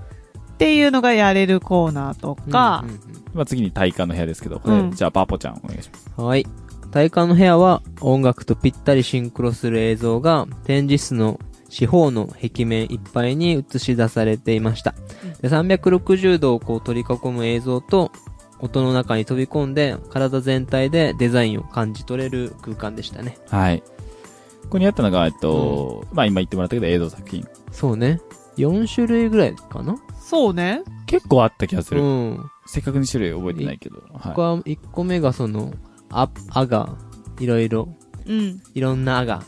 C: ていうのがやれるコーナーとか、
B: うんうんうん
A: まあ、次に体感の部屋ですけど、これ、
C: うん
A: じゃあ、パーポちゃんお願いします。
B: はい。体感の部屋は音楽とぴったりシンクロする映像が展示室の四方の壁面いっぱいに映し出されていました。で360度をこう取り囲む映像と音の中に飛び込んで体全体でデザインを感じ取れる空間でしたね。
A: はい。ここにあったのが、えっと、まあ、今言ってもらったけど、映像作品。
B: そうね。4種類ぐらいかな
C: そうね。
A: 結構あった気がす
B: う
A: る。
B: ん。
A: せっかくに種類覚えてないけど。はい。
B: 僕は1個目がその、あ、あが、いろいろ、
C: うん。
B: いろんなあが、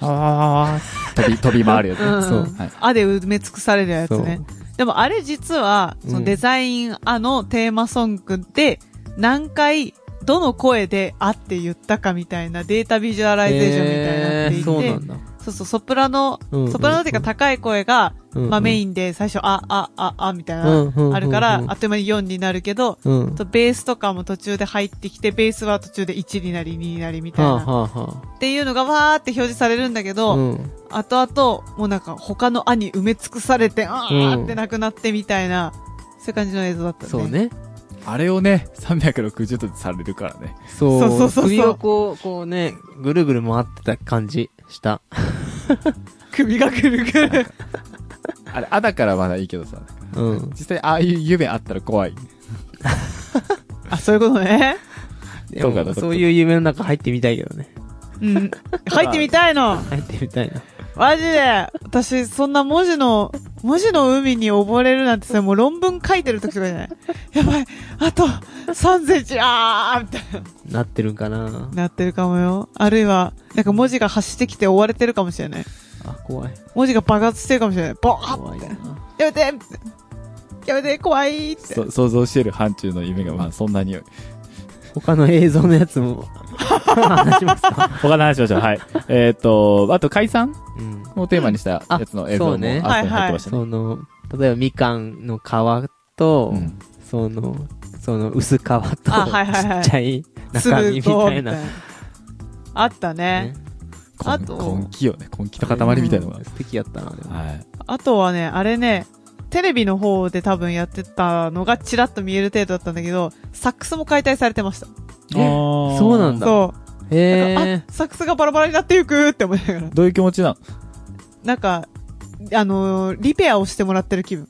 A: ああ、飛び、飛び回るやつ。
C: うん
B: そう
A: はい
C: あで埋め尽くされるやつね。でもあれ実は、
B: うん
C: そのデザインあのテーマソングで、何回、どの声であって言ったかみたいなデータビジュアライゼーションみたいになっていて、
B: そうなんだ。
C: そうそう、ソプラノ、
B: うんうんうん
C: ソプラノっていうか高い声が、
B: うん
C: まあメ
B: ン
C: インで最初、あ、あ、あ、あ、みたい
B: うんうんうんうん
C: な、あるから、あっという間に4になるけど、
B: うん。
C: とベースとかも途中で入ってきて、ベースは途中で1になり、2になりみたい
B: はあ
C: な。
B: はあは
C: っていうのがわーって表示されるんだけ
B: あ。
C: ど、
B: うん。
C: 後々、もうなんか他の兄埋め尽くされて、あーってなくなってみたいな、そういう感じの映像だったね。
B: そう。ね。
A: あれをね、360度されるからね。
B: そう。
C: そうそうそうそう
B: 首がこう、こうね、ぐるぐる回ってた感じした。
C: 首がくるくる。
A: あれ、あだからまだいいけどさ。
B: うん。
A: 実際、ああいう夢あったら怖い。
C: あ、 そういうことね。
B: で
A: どうかな
B: も、そういう夢の中入ってみたいけどね。
C: うん。入ってみたいの。
B: 入ってみたいな。
C: マジで。私、そんな文字の、文字の海に溺れるなんてさ、もう論文書いてる時とかじゃない。 やばい。あと、3センチ、あーみたいな。
B: なってるんかな
C: なってるかもよ。あるいは、なんか文字が走ってきて追われてるかもしれない。
B: あ、怖い。
C: 文字が爆発してるかもしれない。ボー
B: 怖いな。
C: やめてやめて怖いって。
A: そ想像してる範疇の夢が、まあ、そんなに。
B: 他の映像のやつも、話しま すか
A: 他の話しましょう。はい。 えっと、あと、解散
B: うん。
A: をテーマにしたやつの映
B: うんあそ
A: 像
B: う
A: も
B: ね
A: 後に入ってましたね。
B: その、例えばみかんの皮と、
A: うん
B: その、その薄皮と、
C: あはいはいはい
B: ちっちゃい中身みたいな。ね、
C: あったね。
A: こん
C: あと
A: 根気よね。根気の塊みたいなのが。
B: 素敵やったな、でも。
A: はい。
C: あとはね、あれね、テレビの方で多分やってたのがチラッと見える程度だったんだけど、サックスも解体されてました。
A: あー
B: そうなんだ
C: そう。
B: へ
C: なん
B: え
C: かあ、サックスがバラバラになっていくって思いながら。
A: どういう気持ちなの
C: なんか、あのーリペアをしてもらってる気分。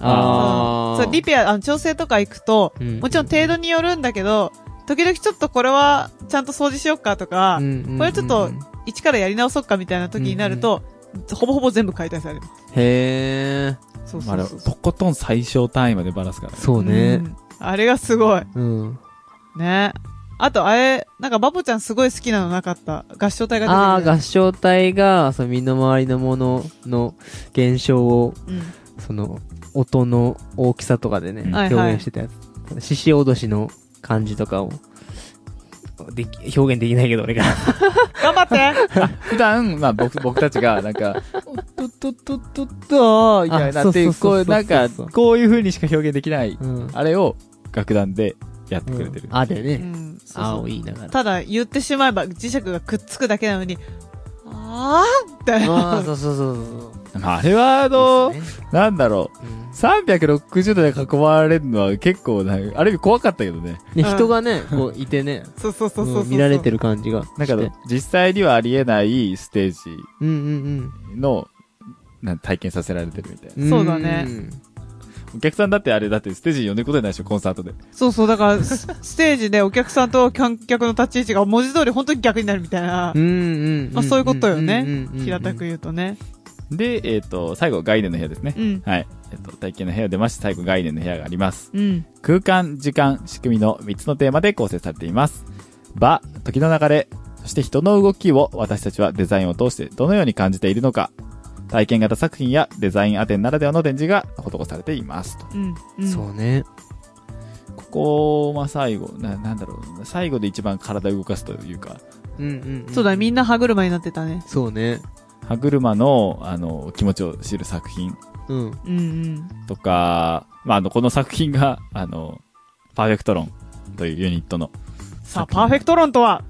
B: あー
C: そう、リペア、あの、調整とか行くと、
B: うん
C: もちろん程度によるんだけど、時々ちょっとこれはちゃんと掃除しよっかとか、
B: うん
C: これちょっ
B: う
C: と
B: ん
C: 一からやり直そっかみたいな時になると、ほぼほぼ全部解体される。
B: へえ
C: そう
A: ま
C: そ
A: あ、
C: うそう
A: とことん最小単位までばらすからね。
B: そうね。
C: んあれがすごい。
B: うん。
C: ね。あと、あれ、なんか、バボちゃんすごい好きなのなかった。合唱隊が出て
B: ああ、
C: くる。
B: 合唱隊が、その身の回りのものの現象を、その、音の大きさとかでね、
C: はいはい
B: 表現してたやつ。獅子おどしの感じとかを、でき、表現できないけど、俺が。
C: 頑 張って
A: 普段、まあ、僕、僕たちが、なんか、おっとっとっとっとっと、みたいなってい
B: あ
A: う、
B: そ
A: こ
B: うそうそうそう
A: う、なんか、こういう風にしか表現できない、
B: うん。
A: あれを、楽団でやってくれてる。
B: あで
C: う
B: ね、
C: んそうそう
B: あを言いながら。
C: ただ、言ってしまえば、磁石がくっつくだけなのに、あーみたい
B: ああ、
C: な。
B: そうそうそうそう。
A: まあ、あれは、あの
B: いい、っすね
A: なんだろう。
B: うん
A: 360度で囲まれるのは結構なんか、ある意味怖かったけどね。
B: ね、
C: うん
B: 人がね、こういてね、
C: そうそうそうそう
B: うん見られて
C: る。
B: る感じが。
A: なんか
B: して、
A: 実際にはありえないステージ
B: うんうん
A: の、なん体験させられてるみたいな。
B: うん。
C: そうだね
B: ん。
A: お客さんだってあれだってステージに呼んでくことにないでしょ、コンサートで。
C: そうそう、だから、スステージでお客さんと観客の立ち位置が文字通り本当に逆になるみたいな
B: うん。うんん。
C: まあ、そういうこと
B: う
C: よ
B: んうん
C: ね
B: うんうん。
C: 平たく言うとね。
A: で、えっ、と、最後、概念の部屋ですね。
C: うん。
A: はい。えっ、と、体験の部屋を出まして、最後、概念の部屋があります。
C: うん。
A: 空間、時間、仕組みの3つのテーマで構成されています。場、時の流れ、そして人の動きを私たちはデザインを通してどのように感じているのか、体験型作品やデザインアテンならではの展示が施されていますと。
C: うん。うん
B: そうね。
A: ここ、まあ、最後な、なんだろう、最後で一番体を動かすというか、
B: うんうんん。
C: そうだ、みんな歯車になってたね。
B: そうね。
A: 歯車の、あの、気持ちを知る作品
B: うん。
C: うんうん。
A: とか、まあ、あの、この作品が、 あの、パーフェクトロンというユニットの
C: さあ、パーフェクト論とは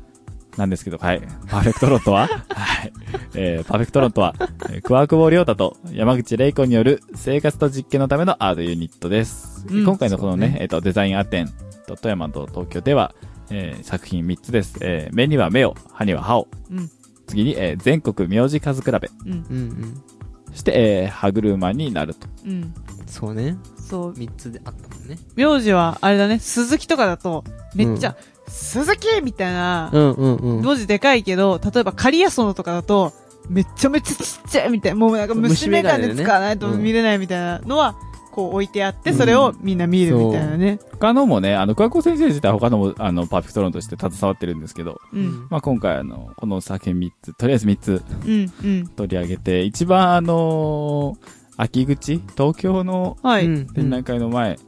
A: なんですけど、はい。パーフェクトロンとは はい。えー、パーフェクトロンとは、えークワークボリオタと山口玲子による生活と実験のためのアートユニットです。
C: うん
A: 今回のこのね、
B: そうね
A: えっ、と、デザインアテンと富山と東京では、えー作品3つです。えー目には目を、歯には歯を。
C: うん
A: 次に、えー全国名字数比べ。
C: うん
B: うんうん。
A: そして、えー歯車になると。
C: うん。
B: そうね。
C: そう。
B: 三つであったもんね。
C: 名字は、あれだね、鈴木とかだと、めっちゃ、鈴木みたいな、
B: うんうんうん。
C: 文字でかいけど、例えば、カリアソノとかだと、めちゃめちゃちっちゃいみたいな、もうなんか
B: 虫
C: 虫
B: 眼
C: 眼
B: 鏡
C: 鏡
B: でね
C: 使わないと
B: うん。
C: 見れないみたいなのは、こう置いてあって、それをみんな見るみたいなね。
A: 他のもね、あの、桑子先生自体他のも、あの、パーフェクトロンとして携わってるんですけど、
C: うん。
A: まあ、今回あの、この作品3つ、とりあえず3つ
C: うん。うん。
A: 取り上げて、一番あのー秋口、東京の
C: はいう
B: ん
C: うん。
A: 展覧会の前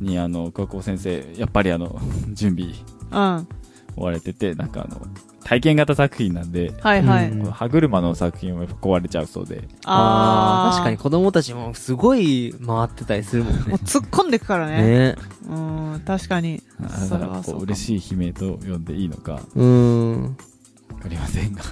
A: に、あの、桑子先生、やっぱりあの、準備
C: は
A: 追われてて、なんかあの、体験型作品なんで、
C: いはい。
B: うん
A: この歯車の作品はやっぱ壊れちゃうそうで、
C: あー。
B: 確かに。子供たちもすごい回ってたりするもんね
C: もう。突っ込んでくからね。
B: ね。
C: うん、確かに。
A: だ
C: そ
A: か
C: れ
A: ら
C: は
A: こ
C: そう
A: う
C: かも。
A: 嬉しい悲鳴と呼んでいいのか、
B: うーん。
A: わかりませんが。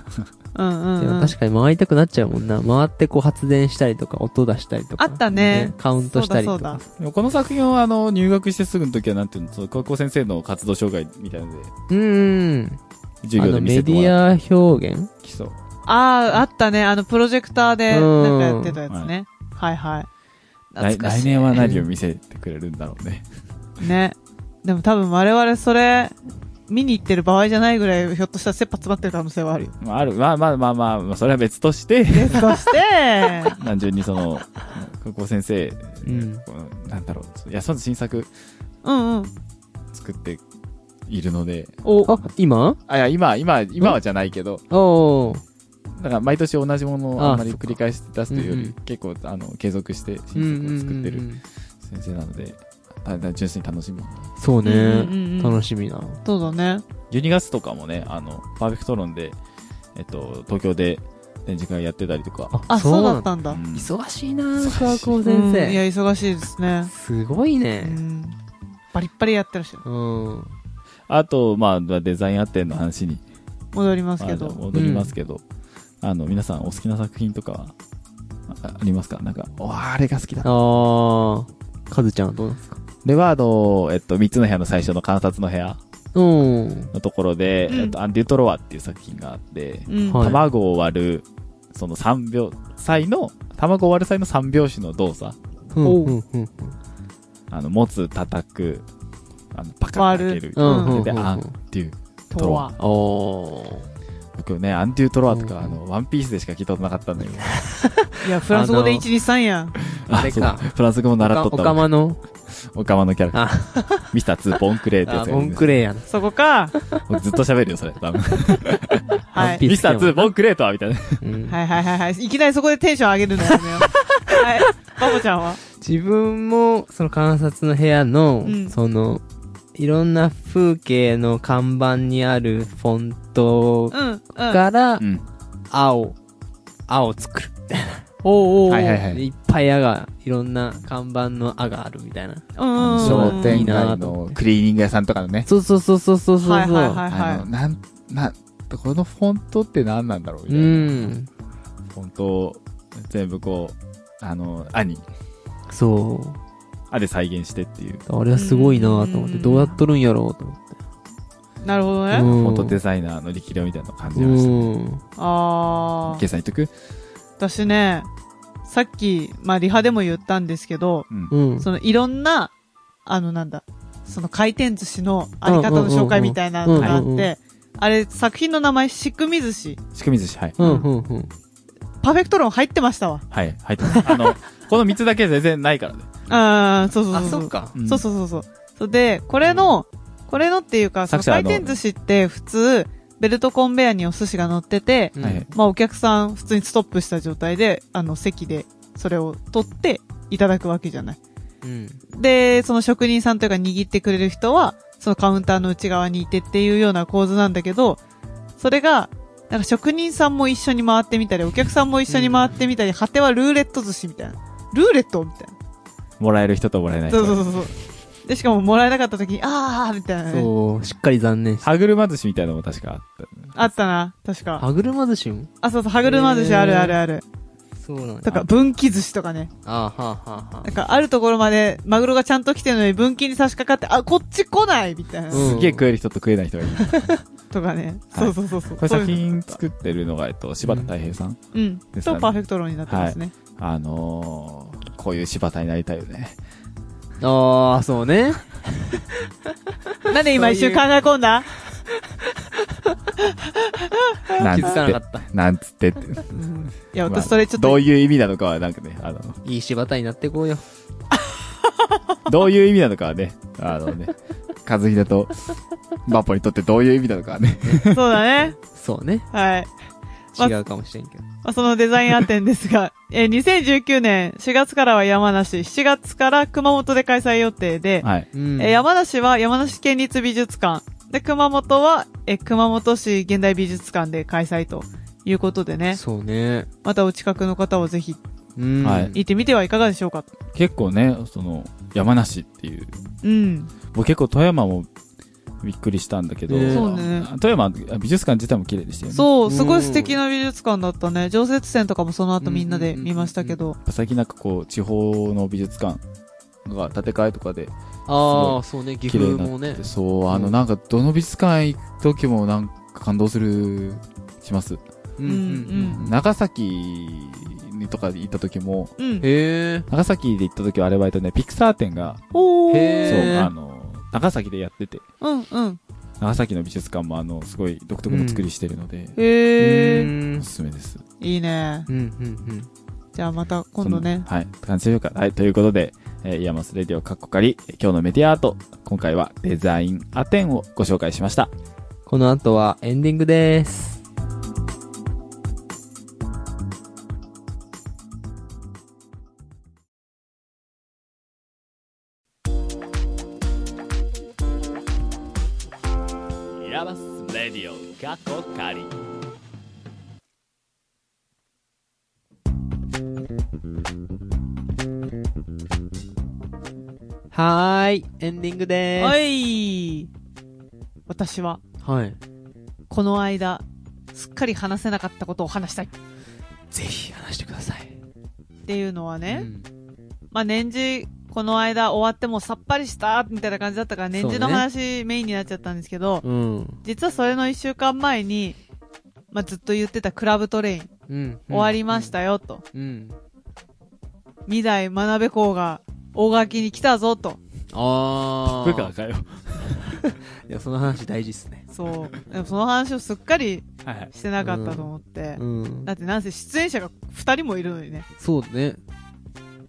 C: うんうん
B: で
C: うん。
B: も確かに回りたくなっちゃうもんな。回ってこう発電したりとか、音出したりとか。
C: あったね
B: カウントしたりと
C: そうだ
B: か
C: そ。
A: でもこの作品はあの、入学してすぐの時はなんていうの、その高校先生の活動障害みたいなので、
B: うーん。
A: 授
B: あ
A: 業
B: の
A: で見
B: メ
A: せて
B: デ
A: もらっ
B: ィア表現
A: てきそう。
C: あー、あったね。あの、プロジェクターで、
B: うん
C: なんかやってたやつね。はいはい。
A: 来
C: 懐か
A: 来
C: しい
A: 年は何を見せてくれるんだろうね。
C: ね。でも多分我々それ、見に行ってる場合じゃないぐらい、ひょっとしたら切羽詰まってる可能 性はあるよ。
A: まあ、ある、 まあまあまあまあ、まあ、それは別として、
C: そして、
A: 単純にその、高校先生、
B: うん
A: このなんだろう、いや、その新作
C: うんうん。
A: 作っているので、
B: お、あ、今
A: あ、いや、今、今、今はじゃないけど、
B: おー。
A: だから毎年同じものを
B: あ
A: あんまり繰り返し出すというよ
B: うんう
A: り
B: ん、
A: 結構、あの、継続して
B: うん
A: 新
B: うんうん
A: 作を
B: うん
A: 作ってる。先生なので、あだ純粋に楽しみ。
B: そうね。
C: うんうんうん
B: 楽しみな。
C: そうだね。
A: 12月とかもね、あの、パーフェクトロンで、えっと、東京で展示会やってたりとか。
C: あ、そうだっ
B: なん
C: たんだ。
A: うん
B: 忙しいな
A: 忙しい
B: 桑子先
C: うんいや、
B: 生。
C: 忙しいですね。
B: すごいうね。
C: ん。バリッバリやってらっしゃる。
B: うん。
A: あと、まあ、デザインア展の話に
C: 戻ります
A: ま
C: け
A: あ
C: ど。
A: 戻りますけど、あの、皆さんお好きな作品とかは、あありますかなんか、おあれが好きだ。
B: あー。カズちゃんはどうなんですか
A: では、あの、えっと、3つの部屋の最初の観察の部屋
B: うん。
A: のところで、
C: うん
A: えっと、アンデュトロワっていう作品があって、
C: うん。
B: はい
A: 卵を割る、その3秒、際の、卵を割る際の3拍子の動作。
B: うん
C: おう
B: うんうん
A: あの、持つ、叩く、あの、パカッ
C: 割
A: と開
C: る
A: ける。
B: うんうんうん
A: で、アンデュー。
C: とは。
B: おー。
A: 僕ね、アンデュートロワとか、
B: うん
A: あの、ワンピースでしか聞いたことなかったんだけど。
C: いや、フランス語で
B: あの
C: 123やん。
B: あれか
A: そうだフランス語も習っと
B: お
A: った
B: か
A: わ。
B: まの、
A: オカマのキャラクタ
B: あ、
A: ー。ミスター2、ボンクレーってや
B: あ
A: つ
B: モンクレイやな。
C: そこか。
A: 僕ずっと喋るよ、それ。多 分
C: はい。
A: ミスター2、ボンクレーとはみたいな。
B: うん
C: はいはいはいはい。いきなりそこでテンション上げるのやめよう。はい。バボちゃんは
B: 自分も、その観察の部屋の、
C: うん
B: その、いろんな風景の看板にあるフォント
C: うん。うん。
B: から
A: う、ん。
B: 青、青作 る。
C: おうおうおう
A: はいはいはい
B: でいっぱいあが、いろんな看板のあがあるみたいな。
C: うんうんうん。
A: 商
B: い
A: 店
B: いな
A: 街
B: と思っ
A: の
B: て
A: クリーニング屋さんとかのね。
B: そうそうそうそうそうそう。
C: はいはいはい
A: あ
C: は
A: の、なん、なん、このフォントって何なんだろうみた
B: う
A: いな。
B: ん。
A: フォントを全部こう、あの、アに、
B: そ
A: アで再現してっていう。
B: う。あれはすごいなと思って、
C: うん
B: どうやっとるんやろうと思って。
C: い。なるほどね。
A: フ
B: う
A: ォン
B: ん
A: トデザイナーの力量みたいなのを感じましたね。
B: うん。
C: あ
A: ケ
C: ー。
A: イさん言っとく
C: 私ね、さっき、まあ、リハでも言ったんですけど、
A: うん
B: うん。
C: そのいろんな、あのなんだ、その回転寿司のあり方の紹介みたいなのがあ
B: うんうんう
C: っ
B: んうんうんうんうん
C: て、あれ作品の名前、仕組み寿司。
A: 仕組み寿司、はい。
B: うん、うん、うん。
C: パーフェクト論入ってましたわ。
A: はい、入ってます。あの、この3つだけ全然ないからね。
C: あー、そうそう
B: あ、
C: そう
B: そっか。
A: うん
C: そうそうそうそう。そうで、これの、これのっていうか、その
A: 作者
C: 回
A: は
C: 転寿司って普通、ベルトコンベアにお寿司が乗ってて、
B: うん
A: はい。
C: まあお客さん普通にストップした状態で、あの席でそれを取っていただくわけじゃない。
B: うん。
C: で、その職人さんというか握ってくれる人は、そのカウンターの内側にいてっていうような構図なんだけど、それが、なんか職人さんも一緒に回ってみたり、お客さんも一緒に回ってみたり、果てはルーレット寿司みたいな。ルーレットみたいな。
A: もらえる人ともらえない
C: そうそう
A: 人。
C: そうそう。で、しかももらえなかった時に、あーみたいなね。
B: そう、しっかり残念した。
A: 歯車寿司みたいなのも確かあった。
C: あったな、確か。
B: 歯車寿司も
C: あ、そうそう、歯車寿司あるあるある。
B: そうなん
C: と
B: だ。
C: か、分岐寿司とかね。
B: あーはあ、はあ、は
C: なんか、あるところまで、マグロがちゃんと来てるのに分岐に差し掛かって、あ、こっち来ないみたいな。
B: うん
A: すげえ食える人と食えない人がいる。
C: とかね。
A: は
C: そ
A: いう
C: そうそうそう。
A: これ作
C: そういうの
A: 品
C: とか
A: 作ってるのが、えっと、柴田太平さん。
C: うん。
A: ですかね
C: と、パーフェクトローになってますね。
A: あのー、こういう柴田になりたいよね。
B: あ。ああ、そうね。
C: なんで今一瞬考え込んだ
A: な
B: 気
A: ん
B: づ
A: つっ
B: かな
A: て
B: か。った。
A: なんつってって。
C: いや、
A: まあ
C: 私それちょっ
A: ど
C: と
A: う、いう意味なのかは、なんかね、あの、
B: いい柴田になってこうよ。
A: どういう意味なのかはね、あのね、和秀とバポにとってどういう意味なのかはね。
C: そうだね。
B: そうね。
C: はい。ま
B: 違うかもしれんけど。
C: まあそのデザインア展ですが、えー2019年4月からは山梨、7月から熊本で開催予定で、
A: はい。
B: うん
C: えー山梨は山梨県立美術館。で、熊本は、えー熊本市現代美術館で開催ということでね。
B: そうね。
C: またお近くの方はぜひ
B: うん。
A: はい
C: 行ってみてはいかがでしょうか。
A: 結構ね、その、山梨っていう。
C: うん。
A: 僕結構富山もびっくりしたんだけど、
B: ねえ
C: そうね
A: 富山美術館自体も綺麗でしたよね。
C: そう、すご
B: う
C: い
B: ん
C: 素敵な美術館だったね。常設展とかもその後みんなで見ましたけど。
A: 最近なんかこう、地方の美術館が建て替えとかで
B: ああ、そうね。岐
A: 綺
B: 阜
A: 麗に
B: も
A: なっ
B: ね
A: て、。そう、あ
B: う
A: の
B: ん
A: なんかどの美術館行く時もなんか感動する、します。
B: うん
C: うん
A: 長崎にとか行った時も、
C: うん。
B: へえ。
A: 長崎で行った時はあれバイトね、ピクサー展が、
C: お
A: そ
B: へ
C: ー。
A: う、
B: ー
A: あの、長崎でやってて、
C: うんうん。
A: 長崎の美術館もあの、すごい独特の作りしてるので、
C: へ
B: う
C: え。
B: ん
A: おすすめです。
C: いいね。
B: うんうん
C: じゃあまた今度ね。
A: そんなはい。感じでしょうか。はい。ということで、えー、イヤマスレディオカッコカリ、えー今日のメディアアート、今回はデザインアテンをご紹介しました。
B: うん。この後はエンディングです。
A: イヤマスレディオカッコカリ。
B: はーい。エンディングでー
C: はい。私は、
B: す。はい。
C: この間、すっかり話せなかったことを話したい。っ
B: ぜひ話してください。
C: ていうのはね、
B: うん
C: まあ年次、この間終わってもうさっぱりした、みたいな感じだったから、年次の話メインになっちゃったんですけど、
B: うん。
C: 実はそれの一週間前に、まあずっと言ってたクラブトレイン、
B: うん。
C: 終わりましたよ、と。
B: うん。
C: 二代学べ校が大垣に来たぞと。
B: あ
A: か
B: ー。
A: かよ。
B: いや、その話大事っすね。
C: そう。でもその話をすっかり
A: はいはい。
C: してなかったと思って。
B: うん
C: だ。ってなんせ出演者が二人もいるのにね。
B: そうね。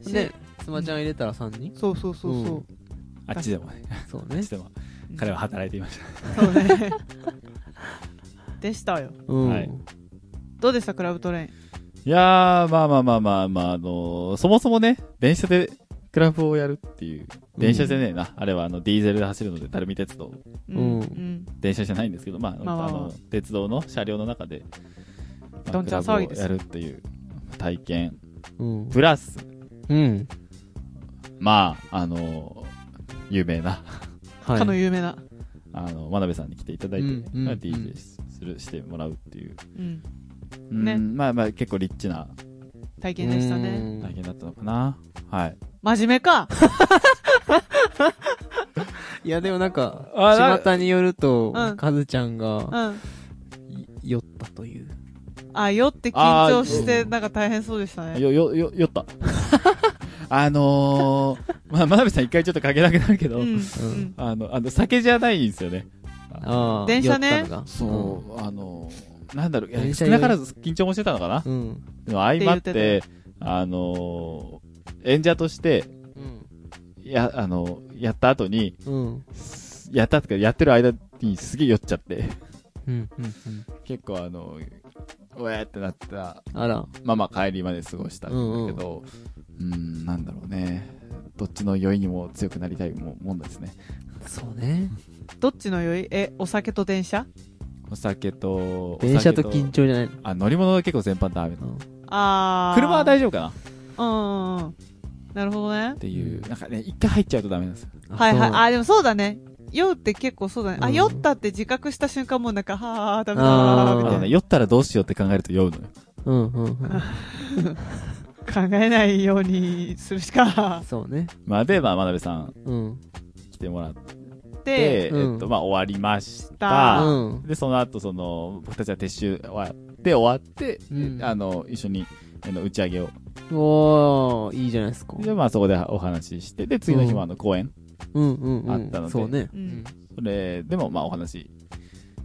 C: し
B: で、スマちゃん入れたら3人
C: そうそうそうそう。
A: あっちでもね。
B: そう
A: あっ
B: ね
A: ち。でも。彼は働いていました。
C: そ うね。でしたよ。
B: うん。
A: はい
C: どうでしたクラブトレイン。
A: いやー、まあまあまあまあまあ、あのーそもそもね、電車でクラブをやるっていう。電車じゃねえな。あれはあの、ディーゼルで走るので、たるみ鉄道。
B: うん
C: うん。
A: 電車じゃないんですけど、まあ、あの
C: まあまあまあ
A: 鉄道の車両の中で、まあ
C: どんちゃん騒ぎです
A: クラブをやるっていう体験。
B: うん。
A: プラス、
B: うん。
A: まあ、あのー有名な、
B: は
C: かの
B: い。
C: 有名な。
A: あの、真鍋さんに来ていただいて、
B: うんうん
A: まあ
B: うん
A: DJ する、してもらうっていう。
C: うん。
A: うん
C: ね
A: まあまあ、結構リッチな
C: 体験でしたね。
A: 体験だったのかな。はい。
C: 真面目か。
B: いや、でもなんか、
A: あなんか
B: 巷によると
C: うん、
B: カズちゃん
C: う
B: が、
C: ん。
B: い酔ったという。
C: あ、酔って緊張して、なんか大変そうでしたね。
A: よ、よ、よ、酔った。 あのー、まあ、真鍋さん一回ちょっとかけなくなるけど、
C: うん。うんん。
A: あの、あの、酒じゃないんですよね。
B: ああ。
C: 電車ね
B: 酔ったのが
A: そう、あのー、なんだろう、いや
B: 電車
A: 少なからず緊張もしてたのかな
B: うん。うん。
A: でも相まっ
C: って
A: て
C: 言、
A: あのー、演者として、や、あのー、やった後に、
B: うん。
A: すやったとか、やってる間にすげえ酔っちゃって、
B: うん。うん。
A: 結構あのー、うえーってなった
B: あら。
A: まま帰りまで過ごしたんだけど、うん、ん、なんだろうね。どっちの酔いにも強くなりたいももんですね。
B: そうね。
C: どっちの酔いえ、お酒と電車
A: お酒と、
B: 電車と
A: お酒
B: 緊張じゃないの
A: あ、乗り物は結構全般ダメなの。
C: あー。
A: 車は大丈夫かなっ
C: うんうんうん。なるほどね。
A: ていう、なんかね、一回入っちゃうとダメなんですよ。
C: はいはい。あ
B: い。
C: ー、でもそうだね。酔うって結構そうだね。あ、
B: うん
C: 酔ったって自覚した瞬間もうなんか、はー、ダメ
B: あ
C: だ
B: ー
A: あ
C: みた
A: の
C: い
A: ね、酔ったらどうしようって考えると酔うのよ。
B: うんうんうん。
C: な。考えないようにする しか。
B: そうね。
A: まあ、で、まあ、真鍋さん
B: うん。
A: 来てもらって、
C: で、
B: うん
A: えっと、まあ、終わりまし
B: う
A: た。
C: あ
B: ん。
A: で、その後、その、僕たちは撤収終わって、終わって、
B: うん
A: あの、一緒に、あの、打ち上げを。
B: おー、いいじゃないですか。
A: で、まあ、そこでお話しして、で、次の日もあの、公演。
B: うんうんうん。
A: あったので
B: そうね。
C: うん
A: それでも、まあ、お話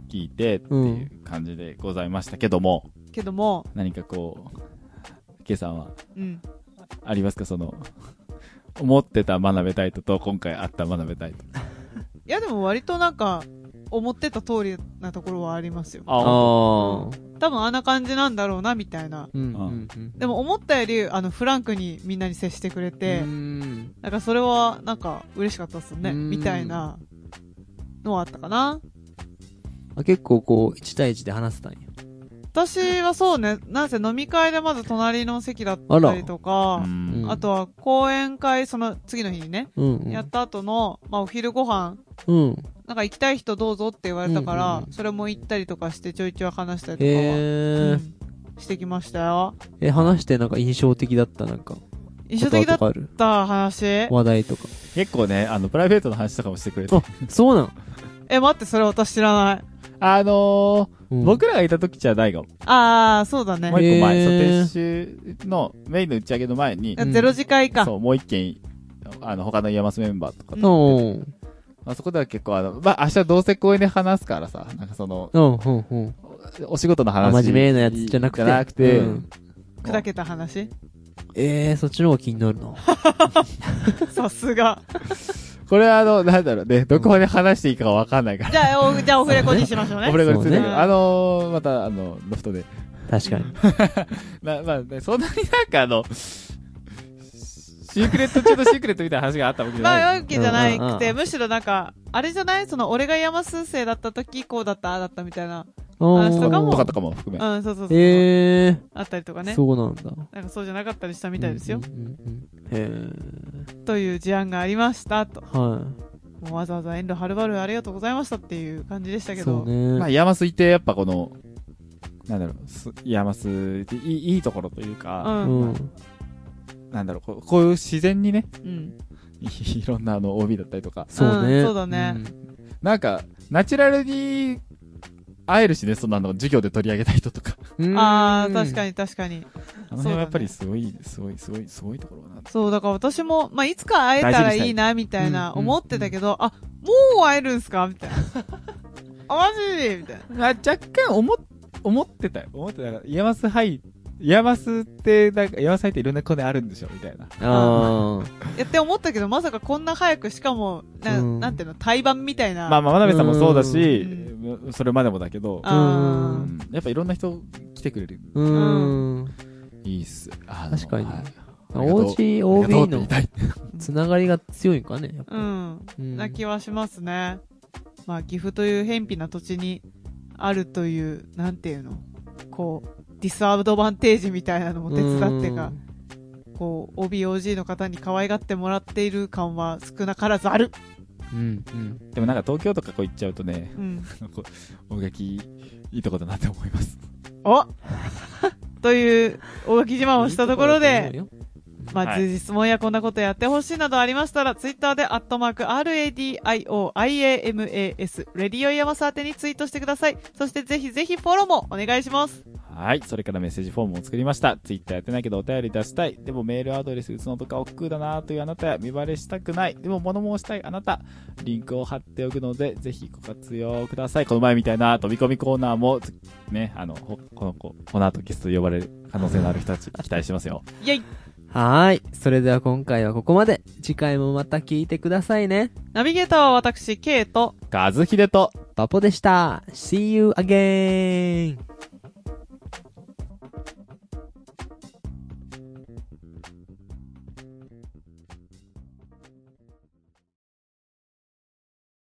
A: 聞いて、って
B: う
A: い
B: ん。
A: う感じでございましたけども、
C: けども、
A: 何かこう、ケイさんは、
C: うん。
A: ありますかその、思ってた真鍋タイトと今回会った真鍋タイト。
C: いやでも割となんか、思ってた通りなところはありますよ。
B: あ
A: あ、
B: あ。
C: 多分あんな感じなんだろうな、みたいな。
B: うん
A: あ
B: うん
C: でも思ったより、あの、フランクにみんなに接してくれて
B: う、ん
C: なんかそれは、なんか嬉しかったっすね、
B: うん
C: みたいなのはあったかな。
B: あ結構こう、1対1で話せたんや。
C: 私はそうね、なんせ飲み会でまず隣の席だったりとか、
A: うん
C: あとは講演会、その次の日にね、
B: うんうん。
C: やった後の、まあお昼ご飯、
B: うん。
C: なんか行きたい人どうぞって言われたから、
B: うんうん
C: それも行ったりとかしてちょいちょい話したりとかは、
B: へ
C: う
B: ー
C: んしてきましたよ。
B: え、話してなんか印象的だったなんか。
C: 印象的だ
B: こと
C: っ
B: ある
C: た話。
B: 話題とか。
A: 結構ね、あの、プライベートの話とかもしてくれて。
B: あ、そうなん、
C: え、待って、それ私知らない。
A: あの
B: うん
A: ー、僕らがいた時じゃないかも。
C: あー、そうだ
A: もう
C: ね。
A: 一個
B: へ
A: 前、
B: ー
A: そう撤収のメインの打ち上げの前に
B: え、うん
C: ゼロ次会か。
A: そう、もう一件、あの、他の山スメンバーとか、
C: うん
B: うん。うん、
A: まあ、そこでは結構あの、まあ、明日どうせ公園で話すからさ、なんかその、
B: うん、うん。
A: お仕事の話。
B: あ真面目なやつじゃなくて
A: じゃなくて、
B: うん
C: 砕けた話。
B: えー、そっちの方が気になるな。
C: さすが。
A: これはあの、なんだろうね、どこまで話していいかわかんないから。
C: じゃあ、おじゃあオフレコにしましょうね。
A: オフレコにするんだけ
C: そ
A: ど、
C: うね
A: あのー、また、あの、ロフトで。
B: 確かに。
A: まあ、まあ、ね、そんなになんかあの、シークレット中のシークレットみたいな話があったわけじゃ
C: まあ、
A: ない。
C: わけじゃなく
B: うんうん
C: て、
B: うん
C: むしろなんか、あれじゃないその、俺が山数生だった時、こうだ った、ああだったみたいな。話とかも
A: とか
B: あ
A: とかも含め。
C: うん、そうそうそう。
B: えー、
C: あったりとかね。
B: そうなんだ。
C: なんかそうじゃなかったりしたみたいですよ。
B: うんうんうんうんへ
C: という事案がありました、と。
B: ー、は
C: もうわざわざ遠路はるばるありがとうございましたっていう感じでした
B: い。
C: け
B: そう
C: ど。
B: ね。
A: まあ、山すいて、やっぱこの、なんだろう、す山すいいい、いいところという
C: う。
A: か、
B: うんん。
A: なんだろうこう、こういう自然にね、
C: うん。
A: いいろんなあの、OB だったりとか、
B: そうね。
C: うんそうだね
B: ん
A: なんか、ナチュラルに、会えるしね、そんなの、授業で取り上げた人と か。
B: うん
C: ああ、確かに確かに。
A: あの辺はやっぱりすごい、すごい、すごい、すごいところだな。
C: そう、だから私も、まあ、いつか会えたらいいな、みたいな
B: うん
C: 思ってたけど、あ、もう会えるんすかみたい な。あ、マジみたいな。
A: あ若干思っ、思ってたよ。思ってたから、イヤマス入、イヤマスって、なんか、イヤマス入っていろんなコネあるんでしょみたいな。
B: あ
C: やって思ったけど、まさかこんな早く、しかも、な
B: うん
C: なんていうの、対バンみたいな。
A: まあまあ、真鍋さんもそうだし
C: う、
A: それまでもだけど、
C: あ
A: う
C: ー
A: んやっぱいろんな人来てくれる。
B: あ。うん。
A: いいっす。あの
B: 確かに
A: はいありがとう
B: OG、
A: ありがとう
B: OB
A: って言い
B: の
A: たい
B: つながりが強いんかね。やっぱ
C: うん。
B: うん
C: な気はしますね。まあ、岐阜という偏僻な土地にあるという、なんていうの、こう、ディスアドバンテージみたいなのも手伝ってか、こう、OBOG の方に可愛がってもらっている感は少なからずある。
B: うん。うん。
A: でもなんか東京とかこう行っちゃうとね、
C: うん。
A: こう、大垣、いいとこだなって思います。
C: お という、大垣自慢をしたところで、ま
A: は
C: あ、
A: い
C: 質問やこんなことやってほしいなどありましたら、ツイッターで、アットマーク、RADIOIAMAS、レディオ山宛てにツイートしてください。そして、ぜひぜひフォローもお願いします。
A: はい。それからメッセージフォームを作りました。ツイッターやってないけどお便り出したい。でもメールアドレス打つのとか億劫だなというあなたや見バレしたくない。でも物申したいあなた。リンクを貼っておくので、ぜひご活用ください。この前みたいな飛び込みコーナーも、つね、あの、ほこの子、この後ゲストで呼ばれる可能性のある人たち期待してますよ。
C: イェイ
B: はーい。それでは今回はここまで。次回もまた聞いてくださいね。
C: ナビゲーターは私、K と、
A: カズヒデと、
B: パポでした。See you again!